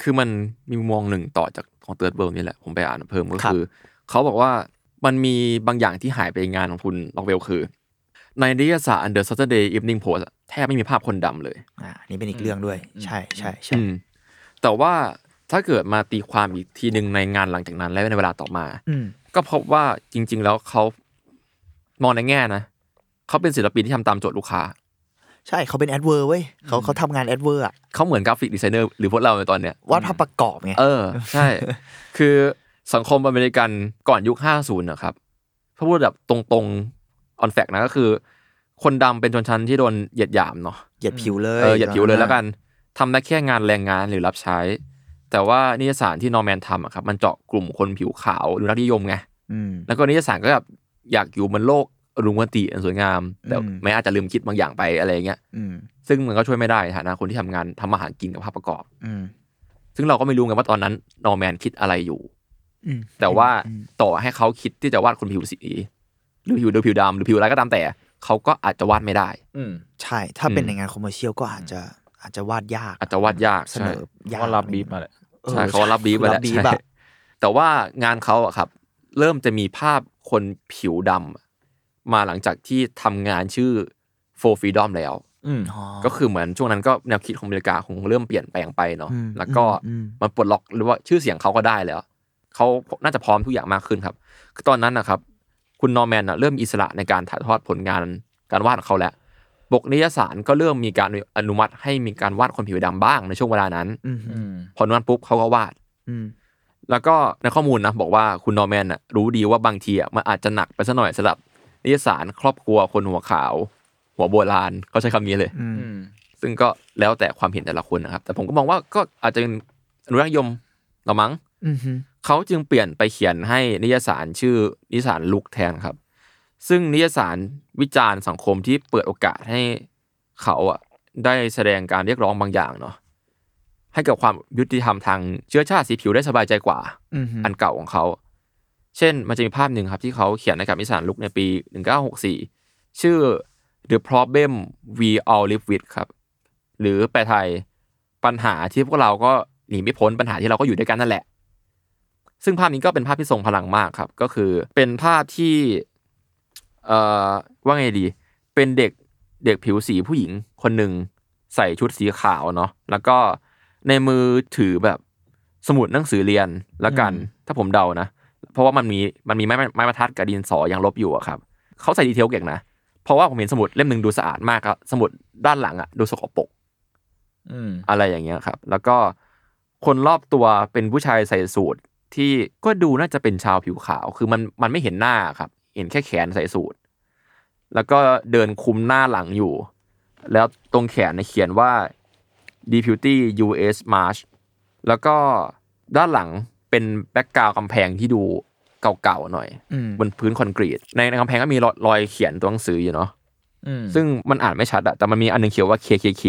Speaker 3: คือมันมีมุมมองหนึ่งต่อจากของเติร์ดเบิร์นี่แหละ ผมไปอ่านเพิ่มก็
Speaker 4: ครับ
Speaker 3: คือ เขาบอกว่ามันมีบางอย่างที่หายไปในงานของคุณล็อกเวลคือ ในนิตยสาร The Saturday Evening Post อะแทบไม่มีภาพคนดำเลย
Speaker 4: อ่านี่เป็นอีกเรื่องด้วย ใช่ใช่ใช่
Speaker 3: อืม แต่ว่าถ้าเกิดมาตีความอีกทีหนึ่งในงานหลังจากนั้นและในเวลาต่อมา
Speaker 4: อืม
Speaker 3: ก็พบว่าจริง ๆ แล้วเขามองในแง่นะ เขาเป็นศิลปินที่ทำตามโจทย์ลูกค้า
Speaker 4: ใช่เขาเป็นแอดเวอร์เว้ยเขาเขาทำงานแอดเวอร์อะ
Speaker 3: เขาเหมือนกราฟิกดีไซเนอร์หรือพวกเราในตอนเนี้ย
Speaker 4: วาดภาพประกอบไง
Speaker 3: เออ ใช่ คือสังคมอเมริกันก่อนยุค 50นะครับถ้าพูดแบบตรงๆ on fact นะก็คือ คนดำเป็นชนชั้นที่โดนเหยียดหยามเนาะ
Speaker 4: เหยียดผิวเลย
Speaker 3: เออเหยียดผิวเลยแล้วกั
Speaker 4: ตอน
Speaker 3: ทำได้แค่งานแรงงานหรือรับใช้ แต่ว่านิยสารที่นอร์แมนทำอะครับมันเจาะกลุ่มคนผิวขาวหรือรัฐนิยมไง
Speaker 4: อืม
Speaker 3: แล้วก็นิยสารก็แบบอยากอยู่บนโลกอรุณวติอันสวยงาม แต่
Speaker 4: อืม
Speaker 3: แม้อาจจะลืมคิดบางอย่างไปอะไรอย่างเงี้ย
Speaker 4: อืม
Speaker 3: ซึ่งมันก็ช่วยไม่ได้ในฐานะคนที่ทำงานทำอาหารกินกับภาพประกอบ
Speaker 4: อืม
Speaker 3: ซึ่งเราก็ไม่รู้ไงว่าตอนนั้นนอร์แมนคิดอะไรอยู่
Speaker 4: อืม
Speaker 3: แต่ว่าต่อให้เขาคิดที่จะวาดคนผิวสีหรือผิวเดียวผิวดำหรือผิวอะไรก็ตามแต่ เขาก็อาจจะวาดไม่ได้
Speaker 2: อืม
Speaker 4: ใช่ ถ้าเป็น
Speaker 3: อืม
Speaker 4: ในงานคอมเมอร์เชียลก็อาจจะอาจจะวาดยาก
Speaker 3: อาจจะวาดยาก
Speaker 4: เส
Speaker 3: ใช่
Speaker 4: นอยาก
Speaker 2: ก็รับบีบมาแหละ
Speaker 4: ออ
Speaker 3: ใช่เขารับบีบไปแล้ว
Speaker 4: รับบีบ
Speaker 3: ใช่
Speaker 4: อะ
Speaker 3: แต่ว่างานเขาอะครับ เริ่มจะมีภาพคนผิวดำมาหลังจากที่ทำงานชื่อ for freedom แล้ว
Speaker 2: อืม
Speaker 4: อ๋อ
Speaker 3: ก็คือเหมือนช่วงนั้นก็แนวคิดของอเมริกาคงเริ่มเปลี่ยนแปลงไปเนาะ
Speaker 4: อืม
Speaker 3: แล้วก็
Speaker 4: อืม
Speaker 3: มันปลดล็อกหรือว่าชื่อเสียงเขาก็ได้แล้วเขาน่าจะพร้อมทุกอย่างมากขึ้นครับคือตอนนั้นนะครับ คุณนอร์แมนน่ะเริ่มอิสระในการถ่ายทอดผลงานการวาดของเขาแล้วปกนิยสารก็เริ่มมีการอนุมัติให้มีการวาดคนผิวดำบ้างในช่วงเวลานั้น
Speaker 4: อืม
Speaker 2: อืม
Speaker 3: พออนุมัติปุ๊บเขาก็วาด
Speaker 4: อืม
Speaker 3: แล้วก็ในข้อมูลนะบอกว่าคุณนอร์แมนน่ะรู้ดีว่าบางทีอ่ะมันอาจจะหนักไปซะหน่อยสำหรับนิยสารครอบครัวคนหัวขาว หัวโบราณเขาใช้คำนี้เลย
Speaker 4: อืม
Speaker 2: อืม
Speaker 3: ซึ่งก็แล้วแต่ความเห็นแต่ละคนนะครับ แต่ผมก็มองว่าก็อาจจะเป็น อนุรักษ์นิยมละมั้ง
Speaker 4: อือฮึ
Speaker 3: เขาจึงเปลี่ยนไปเขียนให้นิยสารชื่อนิยสารลุกแทนครับ ซึ่งนิยสารวิจารณ์สังคมที่เปิดโอกาสให้เขาอะได้แสดงการเรียกร้องบางอย่างเนาะให้กับความยุติธรรมทางเชื้อชาติสีผิวได้สบายใจกว่า
Speaker 4: อือฮึ
Speaker 3: อันเก่าของเขา เช่น มันจะมีภาพหนึ่งครับที่เขาเขียนในกับนิสานลุกในปี 1964 ชื่อ The Problem We All Live With ครับ หรือแปลไทยปัญหาที่พวกเราก็หนีไม่พ้นปัญหาที่เราก็อยู่ด้วยกันนั่นแหละ ซึ่งภาพนี้ก็เป็นภาพที่ทรงพลังมากครับ ก็คือเป็นภาพที่ เอ่อว่าไงดี เป็นเด็กเด็กผิวสีผู้หญิงคนหนึ่งใส่ชุดสีขาวเนาะแล้วก็ในมือถือแบบสมุดหนังสือเรียนละกัน ถ้าผมเดานะ เพราะว่ามันมีมันมีไม้ไม้บรรทัดกับดินสอยังลบอยู่อะครับเขาใส่ดีเทลเก่งนะ เพราะว่าผมเห็นสมุดเล่มหนึ่งดูสะอาดมากครับสมุดด้านหลังอะดูสกปรก
Speaker 2: อืม
Speaker 3: อะไรอย่างเงี้ยครับ แล้วก็คนรอบตัวเป็นผู้ชายใส่สูทที่ก็ดูน่าจะเป็นชาวผิวขาว คือมันมันไม่เห็นหน้าครับ เห็นแค่แขนใส่สูทแล้วก็เดินคุมหน้าหลังอยู่ แล้วตรงแขนเนี่ยเขียนว่า Deputy U.S. March แล้วก็ด้านหลังเป็นแบ็กกราวกำแพงที่ดูเก่าๆหน่อย
Speaker 4: อืม
Speaker 3: บนพื้นคอนกรีต ในในกำแพงก็มีรอยรอยเขียนตัวหนังสืออยู่เนาะ
Speaker 2: อืม
Speaker 3: ซึ่งมันอ่านไม่ชัดอะแต่มันมีอันหนึงเขียนว่า KKK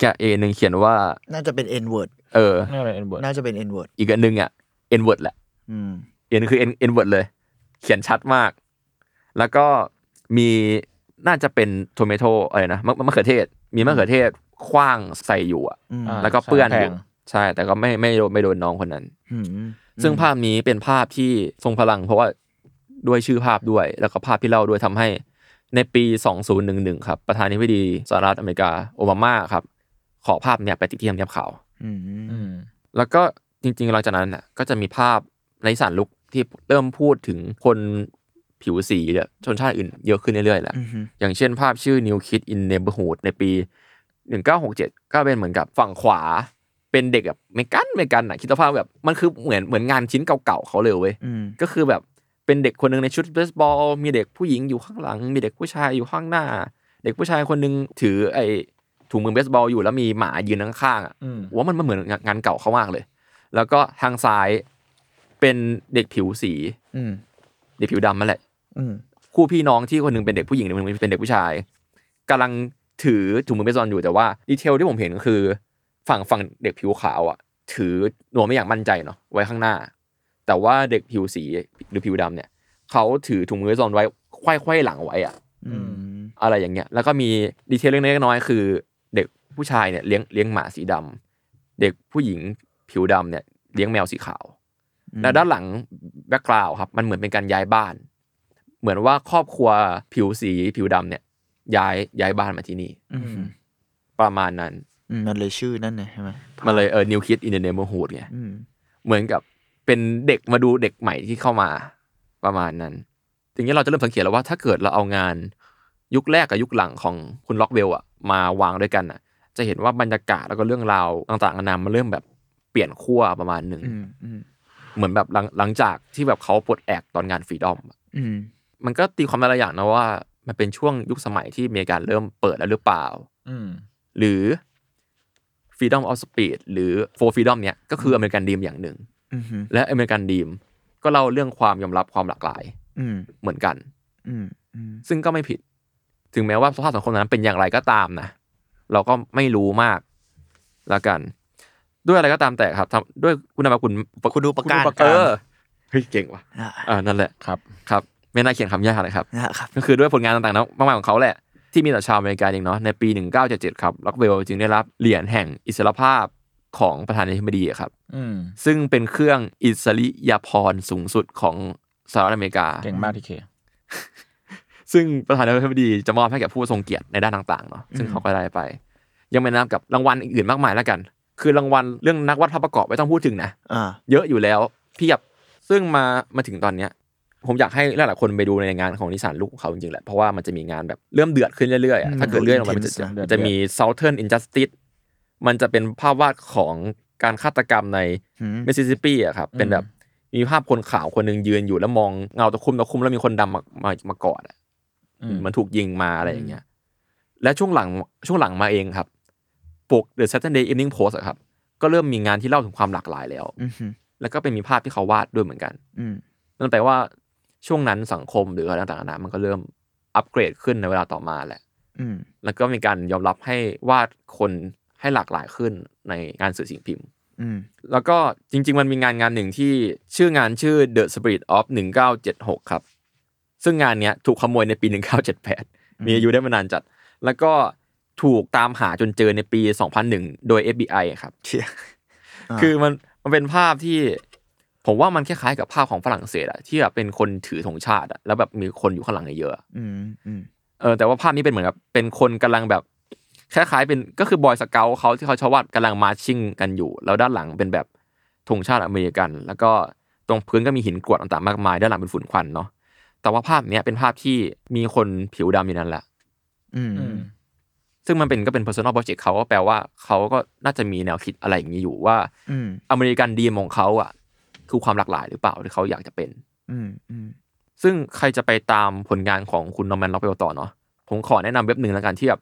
Speaker 3: กับเอหนึ่งเขียนว่า
Speaker 4: น่าจะเป็น N word
Speaker 3: เออ
Speaker 2: ไม่อะไรเอ็นเบิร์ด
Speaker 4: น่าจะเป็น N word
Speaker 3: อีกอันหนึ่งอ่ะ N word แหละ
Speaker 4: อืม
Speaker 3: N คือ N N word เลย เขียนชัดมาก แล้วก็มีน่าจะเป็น tomato อะไรนะมะมะเขือเทศ มีมะเขือเทศคว้างใส่อยู่อ่ะ
Speaker 4: อืม
Speaker 2: อ่า
Speaker 3: แล้วก็เปื้อน
Speaker 2: แพ
Speaker 3: อง ยู่ใช่ แต่ก็ไม่ไม่โดนไม่โดนน้องคนนั้น
Speaker 4: อืม
Speaker 3: ซึ่งภาพนี้เป็นภาพที่ทรงพลัง เพราะว่าด้วยชื่อภาพด้วย แล้วก็ภาพที่เล่าด้วยทำให้ในปี 2011 ครับ ประธานาธิบดีสหรัฐอเมริกาโอบามาครับ ขอภาพเนี่ยไปติดที่ทำเนียบขาว
Speaker 4: อืม
Speaker 2: อืม
Speaker 3: แล้วก็จริงๆหลังจากนั้นน่ะก็จะมีภาพในสารลุกที่เริ่มพูดถึงคนผิวสีเนี่ยชนชาติอื่นเยอะขึ้นเรื่อยๆแหละ
Speaker 4: อืม
Speaker 3: อย่างเช่นภาพชื่อ New Kid in Neighborhood ในปี 1967 ก็เป็นเหมือนกับฝั่งขวา เป็นเด็กแบบเมกันเมกันอ่ะคิดสภาพแบบมันคือเหมือนเหมือนงานชิ้นเก่าๆเขาเลยเว้ย
Speaker 4: อืม
Speaker 3: ก็คือแบบเป็นเด็กคนหนึ่งในชุดเบสบอล มีเด็กผู้หญิงอยู่ข้างหลัง มีเด็กผู้ชายอยู่ข้างหน้า เด็กผู้ชายคนหนึงถือไอ้ถุงมือเบสบอลอยู่แล้วมีหมายืนข้างๆอ่ะ
Speaker 2: อืม
Speaker 3: ว่ามันมันเหมือนงานเก่าเขามากเลย แล้วก็ทางซ้ายเป็นเด็กผิวสี
Speaker 4: อืม
Speaker 3: เด็กผิวดำนั่นแหละ
Speaker 4: อืม
Speaker 3: คู่พี่น้องที่คนหนึงเป็นเด็กผู้หญิงคนหนึงเป็นเด็กผู้ชายกำลังถือถุงมือเบสบอลอยู่แต่ว่าดีเทลที่ผมเห็นก็คือ ฝั่งฝั่งเด็กผิวขาวอ่ะ ถือหนวมไม่อย่างมั่นใจเนาะไว้ข้างหน้า แต่ว่าเด็กผิวสีหรือผิวดำเนี่ยเขาถือถุงมือเบสบอลไว้ควยๆหลังไว้อ่ะ
Speaker 4: อืม
Speaker 3: อะไรอย่างเงี้ย แล้วก็มีดีเทลเล็กๆน้อยๆคือ เด็กผู้ชายเนี่ยเลี้ยงเลี้ยงหมาสีดำเด็กผู้หญิงผิวดำเนี่ยเลี้ยงแมวสีขาว แล้วด้านหลังแบ็กกราวครับ มันเหมือนเป็นการย้ายบ้าน เหมือนว่าครอบครัวผิวสีผิวดำเนี่ย ย้ายย้ายบ้านมาที่นี่
Speaker 4: อืม
Speaker 3: ประมาณนั้น
Speaker 4: อืมมันเลยชื่อนั่นไงใช่ไหม
Speaker 3: มันเลยเออนิวคิดอินเดเนมโฮดไง
Speaker 4: อืม
Speaker 3: เหมือนกับเป็นเด็กมาดูเด็กใหม่ที่เข้ามาประมาณนั้นทีนี้เราจะเริ่มสังเกตแล้วว่าถ้าเกิดเราเอางานยุคแรกกับยุคหลังของคุณล็อกเวลอะมาวางด้วยกันอะจะเห็นว่าบรรยากาศแล้วก็เรื่องราวต่างๆนานามันเริ่มแบบเปลี่ยนขั้วประมาณหนึ่ง
Speaker 4: อืมอืม
Speaker 3: เหมือนแบบหลังหลังจากที่แบบเขาปลดแอกตอนงานฟรีดอม
Speaker 4: อืม
Speaker 3: มันก็ตีความได้หลายอย่างนะว่า มันเป็นช่วงยุคสมัยที่อเมริกาเริ่มเปิดแล้วหรือเปล่า
Speaker 2: อืม
Speaker 3: หรือ Freedom of Speech หรือ For Freedom เนี่ยก็คืออเมริกันดีมอย่างหนึ่ง
Speaker 4: อืม
Speaker 3: และอเมริกันดีมก็เล่าเรื่องความยอมรับความหลากหลาย
Speaker 4: อืม
Speaker 3: เหมือนกัน
Speaker 4: อืมอืม
Speaker 3: ซึ่งก็ไม่ผิด ถึงแม้ว่าสภาพสังคมนั้นเป็นอย่างไรก็ตามนะ เราก็ไม่รู้มากละกัน ด้วยอะไรก็ตามแต่ครับทำด้วยคุณนามคุณ
Speaker 4: คุณดูประการ
Speaker 3: เออเฮ้ยเก่งว่ะ
Speaker 4: อ่ะ
Speaker 3: อ่านั่นแหละ
Speaker 2: ครับ
Speaker 3: ครับ ไม่น่าเขียนคำยากนะครับ
Speaker 4: นะครับ
Speaker 3: ก็คือด้วยผลงานต่างๆนะมากมายของเขาแหละ ที่มีต่อชาวอเมริกันเองเนาะในปี 1977 ครับล็อกเวลจึงได้รับเหรียญแห่งอิสรภาพของประธานาธิบดีอะครับ
Speaker 2: อืม
Speaker 3: ซึ่งเป็นเครื่องอิสริยาภรณ์สูงสุดของสหรัฐอเมริกา
Speaker 2: เก่งมากที่เค
Speaker 3: ซึ่งประธานาธิบดีจะมอบให้กับผู้ทรงเกียรติในด้านต่างๆเนาะซึ่งเขาก็ได้ไป ยังไม่นับกับรางวัลอื่นๆมากมายแล้วกัน คือรางวัลเรื่องนักวัดภาพประกอบไม่ต้องพูดถึงนะ
Speaker 4: อ่า
Speaker 3: เยอะอยู่แล้วเพียบซึ่งมามาถึงตอนเนี้ย ผมอยากให้หลายๆคนไปดูในงานของนิสานลูกของเขาจริงๆแหละเพราะว่ามันจะมีงานแบบเริ่มเดือดขึ้นเรื่อยๆอะ
Speaker 4: อืม
Speaker 3: ถ้าเกิดเลื่อนลงไปมันจะ
Speaker 4: intense นะ
Speaker 3: มันจะมี Southern Injustice มันจะเป็นภาพวาดของการฆาตกรรมใน
Speaker 4: อืม
Speaker 3: มิสซิสซิปปีอะครับเป็นแบบมีภาพคนขาวคนหนึ่งยืนอยู่แล้วมองเงาตะคุ่มตะคุ่มแล้วมีคนดำมามามากอดอะ
Speaker 2: อืม
Speaker 3: เหมันถูกยิงมาอะไรอย่างเงี้ยและช่วงหลังช่วงหลังมาเองครับปก The Saturday Evening Post อะครับ ก็เริ่มมีงานที่เล่าถึงความหลากหลายแล้ว
Speaker 4: อือหือ
Speaker 3: แล้วก็เป็นมีภาพที่เขาวาดด้วยเหมือนกัน
Speaker 4: อืม
Speaker 3: นั่นแปลว่าช่วงนั้นสังคมหรืออะไรต่างๆนานามันก็เริ่มอัปเกรดขึ้นในเวลาต่อมาแหละ
Speaker 4: อืม
Speaker 3: แล้วก็มีการยอมรับให้วาดคนให้หลากหลายขึ้นในงานสื่อสิ่งพิมพ์
Speaker 4: อืม
Speaker 3: แล้วก็จริง ๆ มันมีงานงานหนึ่งที่ชื่องานชื่อ The Spirit of 1976 ครับ ซึ่งงานเนี้ยถูกขโมยในปี 1978 มีอายุได้มานานจัด แล้วก็ถูกตามหาจนเจอในปี 2001 โดย FBI ครับ
Speaker 4: เชี่ยา
Speaker 3: [laughs] คือมันมันเป็นภาพที่ ผมว่ามันคล้ายๆกับภาพของฝรั่งเศสอะที่แบบเป็นคนถือธงชาติอะแล้วแบบมีคนอยู่ข้างหลังเยอะอะ
Speaker 4: อืมอืม
Speaker 3: เออแต่ว่าภาพนี้เป็นเหมือนกับเป็นคนกำลังแบบคล้ายๆเป็นก็คือบอยสเกลเขาที่เขาชอบวาดกำลังมาร์ชชิ่งกันอยู่ แล้วด้านหลังเป็นแบบธงชาติอเมริกัน แล้วก็ตรงพื้นก็มีหินกรวดต่างๆมากมายด้านหลังเป็นฝุ่นควันเนาะแต่ว่าภาพเนี้ยเป็นภาพที่มีคนผิวดำอยู่นั่นแหละ
Speaker 4: อืม
Speaker 2: อืม
Speaker 3: ซึ่งมันเป็นก็เป็น personal project เขาก็แปลว่าเขาก็น่าจะมีแนวคิดอะไรอย่างนี้อยู่ว่า
Speaker 4: อืม
Speaker 3: อเมริกันดีมของเขาอ่ะ คือความหลากหลายหรือเปล่าที่เขาอยากจะเป็น
Speaker 4: อืมอืม
Speaker 3: ซึ่งใครจะไปตามผลงานของคุณนอร์แมนล็อกเปลต่อเนาะผมขอแนะนำเว็บหนึ่งแล้วกันที่แบบ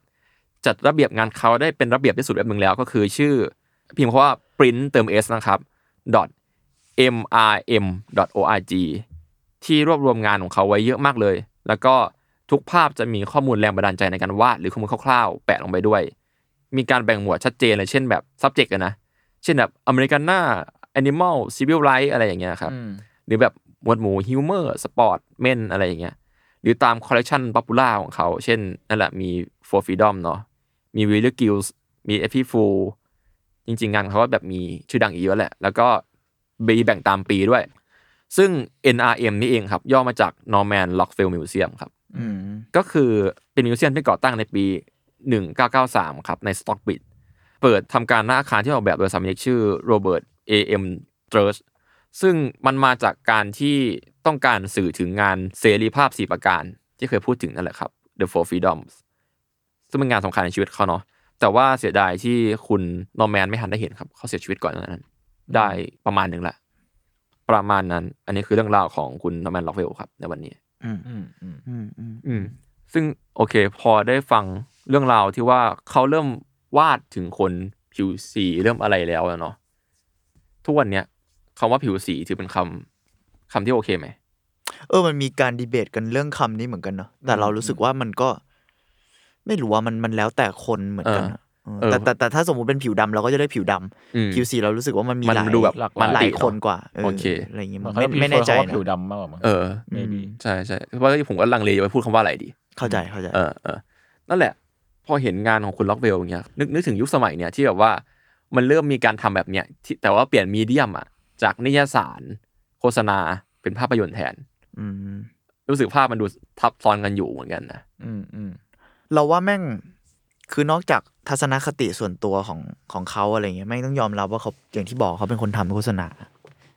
Speaker 3: จัดระเบียบงานเขาได้เป็นระเบียบที่สุดเว็บหนึ่งแล้วก็คือชื่อ พิมพ์คำว่า print เติม s นะครับ dot mrm dot org ที่รวบรวมงานของเขาไว้เยอะมากเลย แล้วก็ทุกภาพจะมีข้อมูลแรงบันดาลใจในการวาดหรือข้อมูลคร่าวๆ แปะลงไปด้วย มีการแบ่งหมวดชัดเจนเลยเช่นแบบ subject อะนะ เช่นแบบอเมริกันน่า animal civil rights อะไรอย่างเงี้ยครับ หรือแบบหมวดหมู่ฮิวเมอร์สปอร์ตเมนอะไรอย่างเงี้ยหรือตามคอลเล t ชันป๊อปปูล่าของเขา เช่น นั่นแหละมี for freedom เนาะมีวิลเลอร์กิลส์มีเอฟพีฟูจริง ๆ งานเขาก็แบบมีชื่อดังอีกเยอะแหละ แล้วก็มีแบ่งตามปีด้วย ซึ่ง NRM นี่เองครับ ย่อมาจาก Norman Rockefeller Museum ครับ
Speaker 4: อืม
Speaker 3: ก็คือเป็นมิวเซียมที่ก่อตั้งในปี 1993 ครับ ในสต็อกบิดเปิดทำการหน้าอาคารที่ออกแบบโดยสถาปนิกชื่อโรเบิร์ต A.M. t r u s ซึ่งมันมาจากการที่ต้องการสื่อถึงงานเสรีภาพสีประการ ที่เคยพูดถึงนั่นแหละครับ The Four Freedoms ซึ่งเป็นงานสำคัญในชีวิตเขาเนาะแต่ว่าเสียดายที่คุณนอร์แมนไม่ทันได้เห็นครับ เขาเสียชีวิตก่อนหนานั้น ได้ประมาณหนึ่งแหละประมาณนั้น อันนี้คือเรื่องราวของคุณนอร์แมนล็อกเวลครับในวันนี้
Speaker 4: อืม
Speaker 2: อืมอืม
Speaker 4: อืมอืม
Speaker 3: อืมซึ่งโอเค พอได้ฟังเรื่องราวที่ว่าเขาเริ่มวาดถึงคนผิวสีเริ่มอะไรแล้วอะเนาะทุกวันเนี้ยคำว่าผิวสีถือเป็นคำคำที่โอเคไหม
Speaker 4: เออมันมีการดีเบตกันเรื่องคำนี้เหมือนกันเนาะแต่เรารู้สึกว่ามันก็ ไม่รู้ว่ามันมันแล้วแต่คนเหมือนกันอะ
Speaker 3: เออ
Speaker 4: แต่แต่แต่ถ้าสมมติเป็นผิวดำเราก็จะได้ผิวดำ
Speaker 3: อืม
Speaker 4: ผิวสีเรารู้สึกว่ามันมี
Speaker 3: มัน
Speaker 4: หลาย
Speaker 3: ดูแบบ
Speaker 4: มันหลาย
Speaker 3: หลากหลาย
Speaker 4: คนกว่า
Speaker 3: โอเค
Speaker 4: อะไรอย่างเงี้ย
Speaker 2: มัน
Speaker 4: ไม่
Speaker 2: ไม่
Speaker 4: ไม่
Speaker 2: ไม่
Speaker 4: แน่
Speaker 2: แน่
Speaker 4: ใจ
Speaker 2: ใจ
Speaker 4: นะ
Speaker 2: ผิวดำมากกว่ามั้ง
Speaker 3: เออ
Speaker 2: maybe
Speaker 3: ใช่ใช่เพราะว่าผมก็ลังเลอยู่ว่าพูดคำว่าอะไรดี
Speaker 4: เข้าใจเข้าใจ
Speaker 3: เออเออนั่นแหละ พอเห็นงานของคุณล็อกเวลอย่างเงี้ยนึกนึกถึงยุคสมัยเนี่ยที่แบบว่ามันเริ่มมีการทำแบบเนี้ยที่แต่ว่าเปลี่ยนมีเดียมอะจากนิยายสาร โฆษณาเป็นภาพยนตร์แทน
Speaker 4: อืม
Speaker 3: รู้สึกภาพมันดูทับซ้อนกันอยู่เหมือนกันนะ
Speaker 2: อืมอืม
Speaker 4: เราว่าแม่งคือนอกจากทัศนคติส่วนตัวของของเขาอะไรเงี้ยแม่งต้องยอมรับว่าเขาอย่างที่บอกเขาเป็นคนทำโฆษณา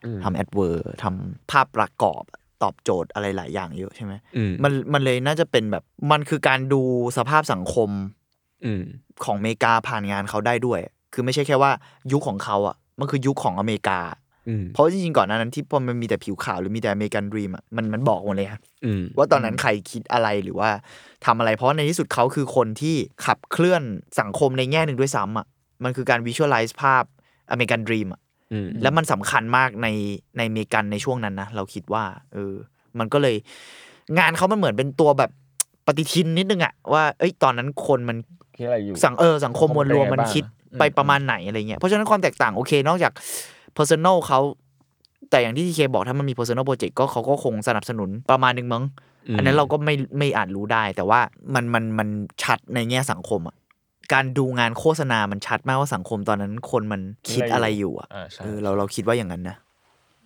Speaker 3: อืม
Speaker 4: ทำแอดเวอร์ทำภาพประกอบตอบโจทย์อะไรหลายอย่างเยอะใช่ไหม
Speaker 3: อืม
Speaker 4: มันมันเลยน่าจะเป็นแบบมันคือการดูสภาพสังคม
Speaker 3: อืม
Speaker 4: ของอเมริกาผ่านงานเขาได้ด้วย คือไม่ใช่แค่ว่ายุคของเขาอ่ะมันคือยุคของอเมริกา
Speaker 3: อืม
Speaker 4: เพราะจริงๆก่อนหน้านั้นที่พอมันมีแต่ผิวขาวหรือมีแต่อเมริกันดรีมอ่ะมันมันบอกหมดเลยครับ
Speaker 3: อืม
Speaker 4: ว่าตอนนั้นใครคิดอะไรหรือว่าทำอะไรเพราะในที่สุดเขาคือคนที่ขับเคลื่อนสังคมในแง่หนึ่งด้วยซ้ำอ่ะมันคือการวิชวลไลซ์ภาพอเมริกันดรีมอ่ะ
Speaker 3: อืม
Speaker 4: แล้วมันสำคัญมากในในอเมริกันในช่วงนั้นนะเราคิดว่าเออมันก็เลย งานเขามันเหมือนเป็นตัวแบบปฏิทินนิดนึงอ่ะว่าเอ้ยตอนนั้นคนมัน
Speaker 2: คิดอะไรอยู่
Speaker 4: สังเออสังคมมวลรวม
Speaker 2: เป็นไง
Speaker 4: มัน
Speaker 2: บ้าง
Speaker 4: คิด
Speaker 2: อืม
Speaker 4: ไปประมาณไหนอะไรเงี้ยเพราะฉะนั้นความแตกต่างโอเคนอกจาก personal เขาแต่อย่างที่ทีเคบอกถ้ามันมี personal project ก็เขาก็คงสนับสนุนประมาณหนึงมั้ง
Speaker 3: อืม
Speaker 4: อันนั้นเราก็ไม่ไม่อาจรู้ได้ แต่ว่ามันมันมันชัดในแง่สังคมอ่ะการดูงานโฆษณามันชัดมากว่าสังคมตอนนั้นคนมันคิดอะไรอยู่อ่ะ
Speaker 2: อ่าใช่
Speaker 4: เออเราเราคิดว่าอย่างนั้นนะ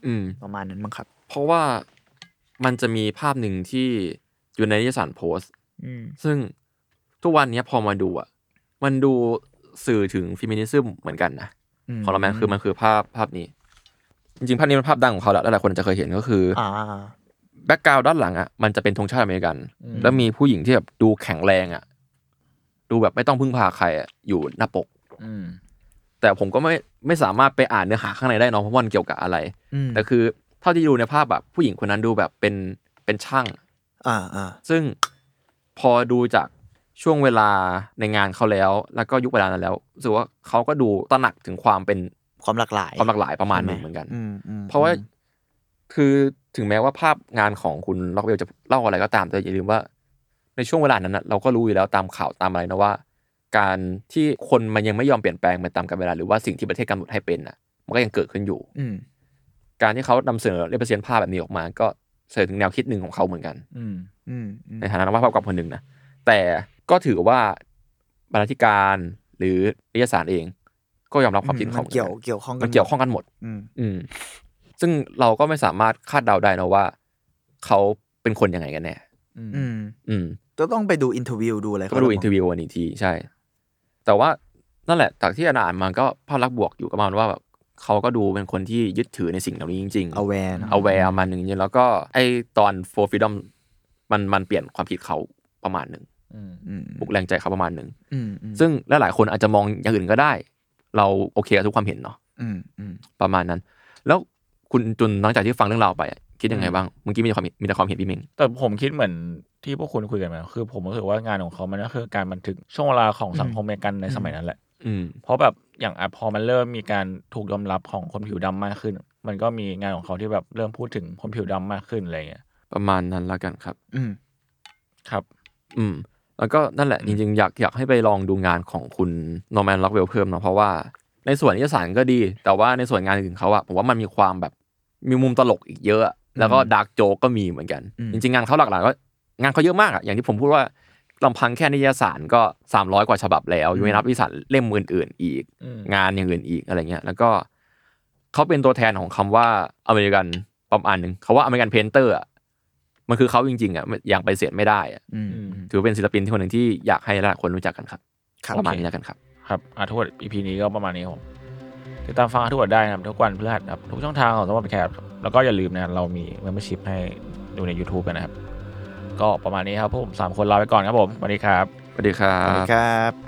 Speaker 3: อืม
Speaker 4: ประมาณนั้นมั้งครับ
Speaker 3: เพราะว่ามันจะมีภาพหนึ่งที่อยู่ในนิยายสารโพสต์
Speaker 4: อืม
Speaker 3: ซึ่งทุกวันเนี้ยพอมาดูอ่ะ มันดูสื่อถึงฟิมินิซึมเหมือนกันนะ ของเราแมนคือมันคือภาพภาพนี้ จริงๆ ภาพนี้เป็นภาพดังของเขาแหละแล้วหลายคนจะเคยเห็นก็คืออ
Speaker 4: อ่า
Speaker 3: แบ็กกราวด์ด้านหลังอ่ะมันจะเป็นธงชาติอเมริกัน แล้วมีผู้หญิงที่แบบดูแข็งแรงอ่ะ ดูแบบไม่ต้องพึ่งพาใครอ่ะอยู่หน้าปก
Speaker 2: อืม
Speaker 3: แต่ผมก็ไม่ไม่สามารถไปอ่านเนื้อหาข้างในได้เนาะเพราะว่ามันเกี่ยวกับอะไร
Speaker 4: อืม
Speaker 3: แต่คือเท่าที่ดูในภาพแบบผู้หญิงคนนั้นดูแบบเป็นเป็นช่าง
Speaker 4: อ่าอ่า
Speaker 3: ซึ่งพอดูจากช่วงเวลาในงานเขาแล้ว แล้วก็ยุคเวลานั้นแล้วรู้สึกว่าเขาก็ดูตระหนักถึงความเป็น
Speaker 4: ความหลากหลาย
Speaker 3: ความหลากหลายประมาณหนึง
Speaker 4: ใช่ไ
Speaker 3: เหมือนกัน
Speaker 4: อืมอืม
Speaker 3: เพราะว่าคือถึงแม้ว่าภาพงานของคุณล็อกเวลจะเล่าอะไรก็ตามแต่อย่าลืมว่า ในช่วงเวลานั้นนะเราก็รู้อยู่แล้วตามข่าวตามอะไรนะว่า การที่คนมันยังไม่ยอมเปลี่ยนแปลงไปตามกาลเวลาหรือว่าสิ่งที่ประเทศกำหนดให้เป็นน่ะ มันก็ยังเกิดขึ้นอยู่
Speaker 4: อืม
Speaker 3: การที่เขานำเสนอเรเปอร์เซนต์ภาพแบบนี้ออกมา ก็เสนอถึงแนวคิดหนึ่งของเขาเหมือนกัน
Speaker 2: อืม
Speaker 4: อืมอืม
Speaker 3: ในฐานะนักวาดภาพกับคนหนึ่งนะแต่ก็ถือว่าบรรณาธิการหรือนิยสารเอง ก็ยอมรับความคิดของเขา
Speaker 4: นเกี่ยวเกี่ยวข้อง
Speaker 3: มันเกี่ยวข้องกันหมด
Speaker 4: อืม
Speaker 3: อืมซึ่งเราก็ไม่สามารถคาดเดาได้นะว่า เขาเป็นคนยังไงกันแน่
Speaker 4: อืม
Speaker 3: อืม
Speaker 4: ก็ต้องไปดูอินเทอร์วิวดูอะไร
Speaker 3: ก็ดูอินเทอร์วิววันอีกทีใช่ แต่ว่านั่นแหละจากที่อ่านมาก็ภาพลักษณ์บวกอยู่ประมาณว่าแบบเขาก็ดูเป็นคนที่ยึดถือในสิ่งเหล่านี้จริง ๆ
Speaker 4: เอาแวร์
Speaker 3: เอาแวร์มันหนึ่งจริงๆแล้วก็ไอตอนโฟฟิดอมมันมันเปลี่ยนความคิดเขาประมาณหนึ่งบุกแรงใจเขาประมาณหนึ่งซึ่งลหลายๆคนอาจจะมองอย่างอื่นก็ได้ เราโอเคกับทุกความเห็นเนาะ
Speaker 4: อืมอืม
Speaker 3: ประมาณนั้น แล้วคุณจุนหลังจากที่ฟังเรื่องราวไปอะคิดยังไงบ้างเมื่อกี้มีความเห็นมีแต่ความเห็นพี่เมง
Speaker 2: แต่ผมคิดเหมือนที่พวกคุณคุยกันมาคือผมรู้สึกว่างานของเขามันก็คือการบันทึกช่วงเวลาของสังคมอเมริกันในสมัยนั้นแหละ
Speaker 3: อืม
Speaker 2: เพราะแบบอย่างอะพอมันเริ่มมีการถูกยอมรับของคนผิวดำมากขึ้น มันก็มีงานของเขาที่แบบเริ่มพูดถึงคนผิวดำมากขึ้นอะไรเงี้ย
Speaker 3: ประมาณนั้นละกันครับ
Speaker 4: อืม
Speaker 2: ครับ
Speaker 3: อืม แล้วก็นั่นแหละจริงๆ อยากอยากให้ไปลองดูงานของคุณนอร์แมนล็อกเวลเพิ่มเนาะเพราะว่าในส่วนนิยสารก็ดี แต่ว่าในส่วนงานอื่นของเขาอะผมว่ามันมีความแบบมีมุมตลกอีกเยอะอะแล้วก็ดาร์กโจกก็มีเหมือนกัน จริงๆ งานเขาหลักๆก็งานเขาเยอะมากอะอย่างที่ผมพูดว่าลำพังแค่นิยสารก็ 300 กว่าฉบับแล้วยังไม่นับนิยสารเล่มอื่นๆอีก
Speaker 2: อืม
Speaker 3: งานอย่างอื่นอีกอะไรเงี้ย แล้วก็เขาเป็นตัวแทนของคำว่าอเมริกันประมาณหนึ่งเขาว่าอเมริกันเพนเตอร์อะมันคือเขาจริงๆอะอย่างไปฏิเสียไม่ได้อะ
Speaker 4: อืม
Speaker 3: ถือว่าเป็นศิลปินที่คนหนึ่งที่อยากให้หลายๆคนรู้จักกันครับ
Speaker 4: ครับ
Speaker 3: ประมาณนี้แล้วกันครับ
Speaker 2: ครับอาทวด EP นี้ก็ประมาณนี้ครับผมติดตามฟังอาทวดได้นะครับทุกวันพฤหัสครับทุกช่องทางของสมบัติแคร์ครับแล้วก็อย่าลืมนะครับเรามี membership ให้ดูใน YouTube กันนะครับ ก็ประมาณนี้ครับพวกผมสามคนลาไปก่อนครับผมสวัสดีครับ
Speaker 3: สวัสดีครั
Speaker 4: ขอบคุ
Speaker 3: บ
Speaker 4: ณครับ